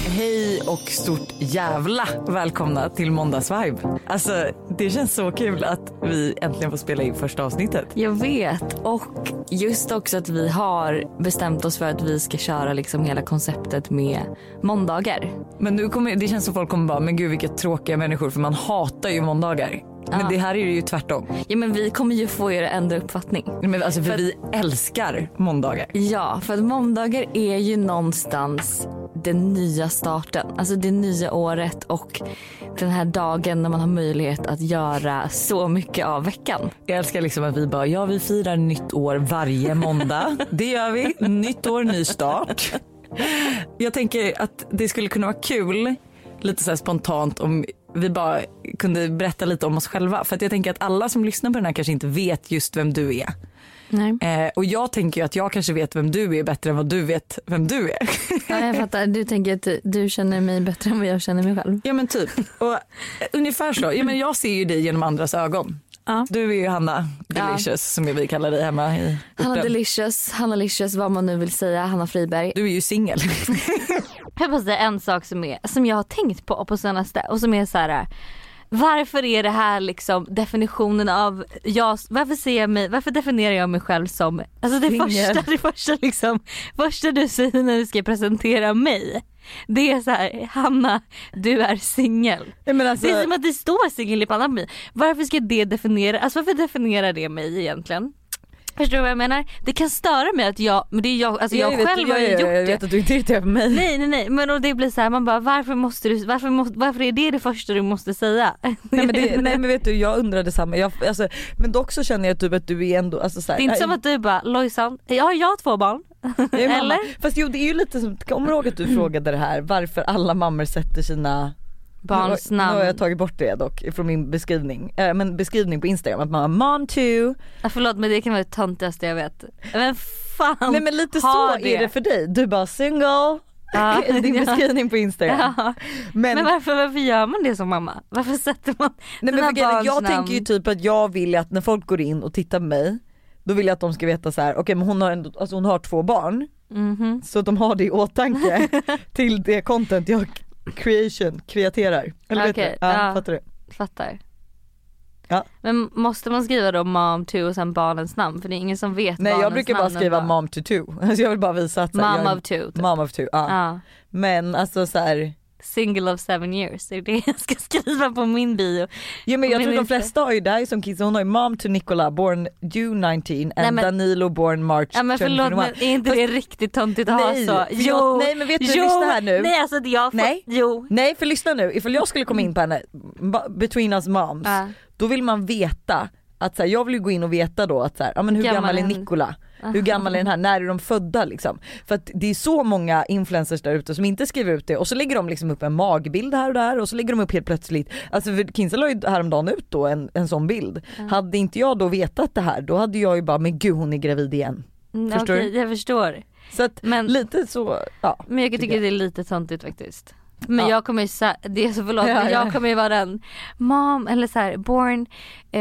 S2: Hej och stort jävla välkomna till Måndagsvibe. Alltså det känns så kul att vi äntligen får spela in första avsnittet.
S18: Jag vet. Och just också att vi har bestämt oss för att vi ska köra liksom hela konceptet med måndagar.
S2: Men nu kommer, det känns som folk kommer bara men gud vilka tråkiga människor för man hatar ju måndagar. Men
S18: Ja.
S2: det här är ju tvärtom.
S18: Ja men vi kommer ju få er att ändra uppfattning.
S2: Men alltså, för
S18: För att-
S2: vi älskar måndagar.
S18: Ja, för att måndagar är ju någonstans den nya starten. Alltså det nya året och den här dagen när man har möjlighet att göra så mycket av veckan.
S2: Jag älskar liksom att vi bara, ja vi firar nytt år varje måndag. Det gör vi. Nytt år, ny start. Jag tänker att det skulle kunna vara kul, lite så här spontant om vi bara kunde berätta lite om oss själva. För att jag tänker att alla som lyssnar på den här kanske inte vet just vem du är.
S1: Nej.
S2: Eh, och jag tänker ju att jag kanske vet vem du är bättre än vad du vet vem du är.
S19: Ja, jag fattar. Du tänker att du känner mig bättre än vad jag känner mig själv.
S2: Ja men typ. Och eh, ungefär så. Ja, men jag ser ju dig genom andras ögon. Du är ju Hanna Delicious som vi kallar dig hemma i
S18: Hanna
S2: orten.
S18: Delicious, Hanna Licious, vad man nu vill säga, Hanna Friberg.
S2: Du är ju singel.
S1: Jag måste säga en sak som, är, som jag har tänkt på på senaste och som är så här. Varför är det här liksom definitionen av, jag, varför, ser jag mig, varför definierar jag mig själv som, alltså det
S19: Singel.
S1: första, det första, liksom, första du säger när du ska presentera mig det är så här, Hanna du är singel. Det är som att det står singel i pannan på mig. Varför ska det definiera, alltså varför definierar det mig egentligen? Förstår du vad jag menar? Det kan störa mig att jag, men det är jag, alltså jag,
S2: vet-
S1: själv har ju
S2: jag,
S1: gjort
S2: jag,
S1: det.
S2: jag vet att du inte irriterar på mig.
S1: Nej nej nej men och det blir så här, man bara varför måste du, varför, måste, varför är det det första du måste säga?
S2: Nej men, det, nej men vet du jag undrar detsamma. Jag, alltså, men dock så känner jag typ att du är ändå alltså, så här,
S1: det är inte som att du bara Lojsan, jag har jag två barn?
S2: jag är mamma.
S1: eller? Mm.
S2: Fast jo det är ju lite som, kommer du ihåg att du frågade det här varför alla mammor sätter sina
S1: Barns
S2: nu, har- nu har
S1: namn.
S2: jag tagit bort det dock från min beskrivning, eh, men beskrivning på instagram att man har mom to.
S1: Ja, Ah, förlåt men det kan vara det töntigaste jag vet. Men fan
S2: Nej men lite
S1: har
S2: så är det för dig, du bara single.
S1: Ja.
S2: Din
S1: Ja.
S2: beskrivning på Instagram.
S1: Ja. Men,
S2: Men-
S1: varför, varför gör man det som mamma? Varför sätter man
S2: Nej, men
S1: sina
S2: för grejen är,
S1: barns
S2: jag
S1: namn?
S2: tänker ju typ att jag vill att när folk går in och tittar på mig, då vill jag att de ska veta så här, okej men hon har, ändå, alltså hon har två barn,
S1: Mhm.
S2: så att de har det i åtanke till det content jag creation, kreaterar. Eller vet
S1: Okej,
S2: du? Ja,
S1: ja.
S2: Fattar du?
S1: Fattar.
S2: Ja.
S1: Men måste man skriva då mom to och sen barnens namn? För det är ingen som vet
S2: Nej jag
S1: barnens
S2: brukar bara
S1: namn
S2: skriva
S1: ändå.
S2: mom to two, alltså jag vill bara visa att så här,
S1: Mom
S2: jag,
S1: of two, typ.
S2: Mom of two, ja.
S1: Ja.
S2: Men alltså så här,
S1: Single of seven years, det är det jag ska skriva på min bio.
S2: Ja, men jag
S1: På
S2: tror
S1: min
S2: de
S1: Insta.
S2: flesta har ju det här som Kiss, hon har ju mom to Nicola born June 19 and
S1: Nej, men-
S2: Danilo born March
S1: Ja men förlåt
S2: 2021.
S1: men är inte det riktigt töntigt att
S2: Nej,
S1: ha så?
S2: för jag- nej, men vet du,
S1: jo,
S2: lyssna här nu.
S1: Nej alltså det jag får,
S2: Nej.
S1: jo.
S2: Nej för lyssna nu, ifall jag skulle komma in på henne, ba- between us moms,
S1: Ja.
S2: då vill man veta att så här, jag vill ju gå in och veta då att så här, ja, men hur
S1: Gammal
S2: gammal,
S1: är
S2: är
S1: hon?
S2: Nicola? Hur gammal är den här? När är de födda liksom? För att det är så många influencers där ute som inte skriver ut det och så lägger de liksom upp en magbild här och där och så lägger de upp helt plötsligt, alltså för Kinsel la ju häromdagen ut då en, en sån bild. Hade inte jag då vetat det här då hade jag ju bara, men gud hon är gravid igen.
S1: Mm,
S2: Förstår
S1: okej,
S2: du?
S1: Jag förstår.
S2: Så att lite så, ja.
S1: Men jag tycker det är lite töntigt faktiskt. Men jag kommer ju sä- det är så förlåt,
S2: Ja,
S1: men
S2: ja.
S1: jag kommer ju vara den mom eller så här born eh,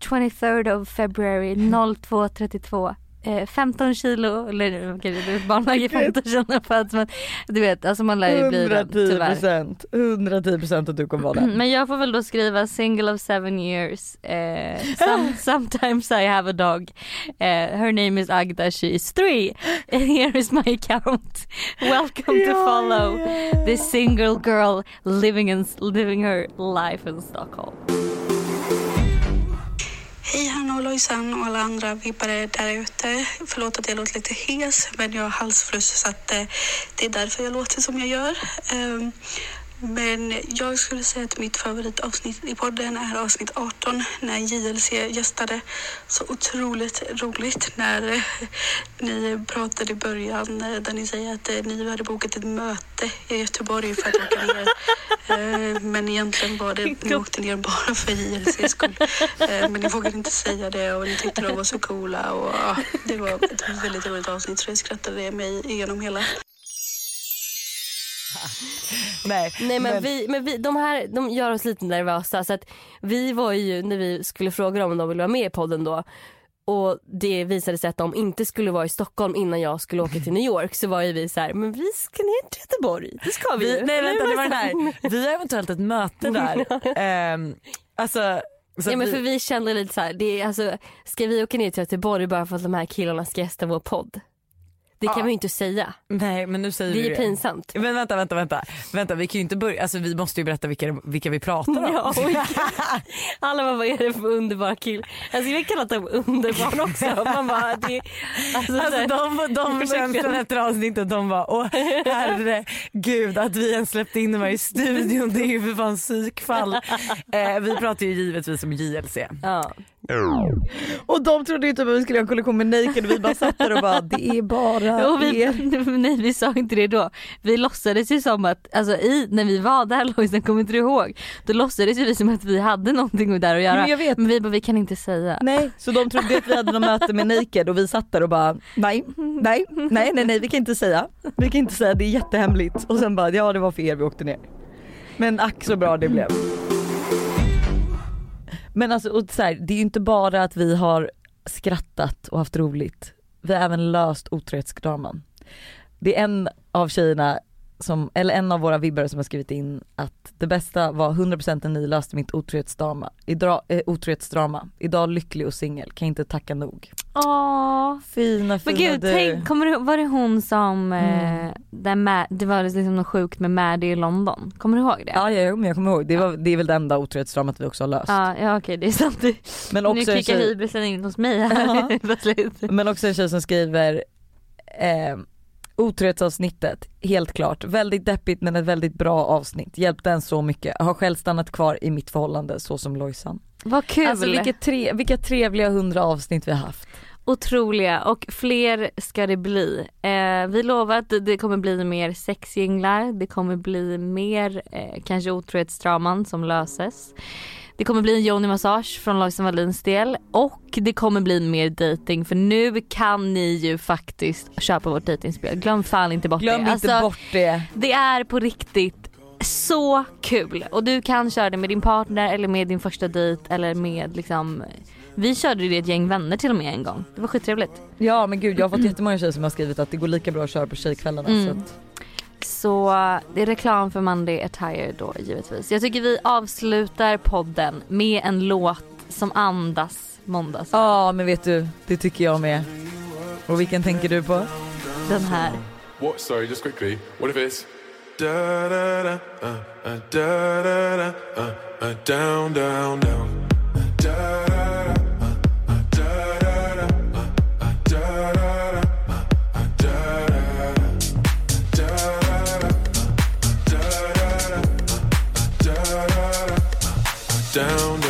S1: 23rd of February 02.32 eh, 15 kilo eller okej det är barn väger 15 kilo föds men du vet alltså man lär ju bli den
S2: 110
S1: tyvärr. Mm.
S2: procent, 110 procent att du kommer vara där.
S1: Men jag får väl då skriva single of seven years, eh, some, sometimes I have a dog, eh, her name is Agda, she is three, and here is my account. Welcome to follow this single girl living, in, living her life in Stockholm.
S10: Hej Hanna och Lojsan och alla andra vibbare där ute. Förlåt att jag låter lite hes, men jag har halsfluss så att eh, det är därför jag låter som jag gör. Ehm, Men jag skulle säga att mitt favoritavsnitt i podden är avsnitt 18 när JLC gästade. Så otroligt roligt när eh, ni pratade i början eh, där ni säger att eh, ni hade bokat ett möte i Göteborg för att åka ner. Eh, Men egentligen var det att ni åkte ner bara för JLCs skull. Eh, Men ni vågade inte säga det och ni tyckte de var så coola. Och, ja, det var ett väldigt roligt avsnitt så jag skrattade mig igenom hela.
S2: Nej,
S20: Nej men, Vi, men vi, de här de gör oss lite nervösa. Så att vi var ju, när vi skulle fråga dem om de ville vara med i podden då och det visade sig att de inte skulle vara i Stockholm innan jag skulle åka till New York så var ju vi så här, men vi ska ner till Göteborg, det ska vi, ju.
S2: nej vänta det var den
S20: så-
S2: här, vi har eventuellt ett möte där. Ehm, alltså, så
S20: ja,
S2: att
S20: men
S2: vi-
S20: för vi kände lite så här, det är, alltså, ska vi åka ner till Göteborg bara för att de här killarna ska gästa vår podd? Det kan
S2: Ja.
S20: vi ju inte säga.
S2: Nej men nu säger
S20: Det är
S2: du
S20: ju pinsamt.
S2: Men vänta, vänta, vänta. Vänta vi kan ju inte börja, alltså vi måste ju berätta vilka, vilka vi pratar om.
S20: Ja, och vi- alla bara, vad är det för underbara kill? Alltså vi kallar dem underbara också. Man bara, det, alltså,
S16: Alltså,
S20: de,
S16: De känslan efter avsnittet, de bara åh herregud att vi ens släppte in de här i studion det är ju för fan psykfall. Eh, vi pratar ju givetvis om JLC.
S20: Ja.
S2: Och de trodde ju typ att vi skulle ha en kollektion med Naked och vi bara satt där och bara det är bara
S1: Och vi,
S2: er.
S1: nej vi sa inte det då. Vi låtsades ju som att, alltså i, när vi var där Lojsan, kommer inte du ihåg? Då låtsades ju vi som att vi hade någonting där att göra.
S2: men jag vet.
S1: vi bara vi kan inte säga.
S2: Nej, så de trodde att vi hade något möte med Naked och vi satt där och bara nej, nej, nej, nej, nej, vi kan inte säga. Vi kan inte säga, det är jättehemligt. Och sen bara ja det var för er vi åkte ner. Men ack så bra det blev. Men alltså och så här, det är ju inte bara att vi har skrattat och haft roligt. Vi har även löst otrohetsdraman. Det är en av tjejerna som, eller en av våra vibbare som har skrivit in att det bästa var 100% när ni löste mitt otrohetsdrama. Idag, eh, otrohetsdrama. Idag lycklig och singel, kan inte tacka nog.
S1: Åh.
S2: Fina
S1: Men
S2: fina
S1: gud,
S2: du.
S1: tänk, kommer du, var det hon som, eh, där Ma- det var liksom något sjukt med Maddy i London? Kommer du ihåg det?
S2: Ja, ja, ja men jag kommer ihåg, det, var, det är väl det enda otrohetsdramat vi också har löst.
S1: Ja, ja okej det är sant.
S2: Men
S1: nu
S2: också en
S1: klickar
S2: tjej-
S1: hybrisen in hos mig här plötsligt.
S2: Men också en tjej som skriver eh, otrohetsavsnittet, helt klart. Väldigt deppigt men ett väldigt bra avsnitt. Hjälpte en så mycket. Har själv stannat kvar i mitt förhållande så som Lojsan.
S1: Vad kul.
S2: Alltså vilka, tre, vilka trevliga hundra avsnitt vi har haft.
S1: Otroliga och fler ska det bli. Eh, vi lovar att det- det kommer bli mer sexjinglar, det kommer bli mer eh, kanske otrohetsdraman som löses. Det kommer bli en Joni massage från Lojsan Wallins del och det kommer bli mer dating för nu kan ni ju faktiskt köpa vårt datingspel. Glöm fan inte bort
S2: Glöm
S1: det. Alltså,
S2: inte bort det. alltså,
S1: Det är på riktigt så kul och du kan köra det med din partner eller med din första dejt eller med liksom vi körde ju det ett gäng vänner till och med en gång. Det var skittrevligt.
S2: Ja men gud jag har fått jättemånga tjejer som har skrivit att det går lika bra att köra på tjejkvällarna.
S1: Mm.
S2: Så att,
S1: Så det är reklam för Monday Attire då givetvis. Jag tycker vi avslutar podden med en låt som andas måndags.
S2: ja men vet du, det tycker jag med. Och vilken tänker du på?
S1: Den här.
S3: What? Sorry, just quickly. What if it's da da da uh, uh, da da da uh, uh, down down down uh, da da da, uh, uh, da da da, uh, uh, da da da, uh, uh, da da da, da da da, uh, uh, da da da, uh, uh, da da da, uh, uh, down down.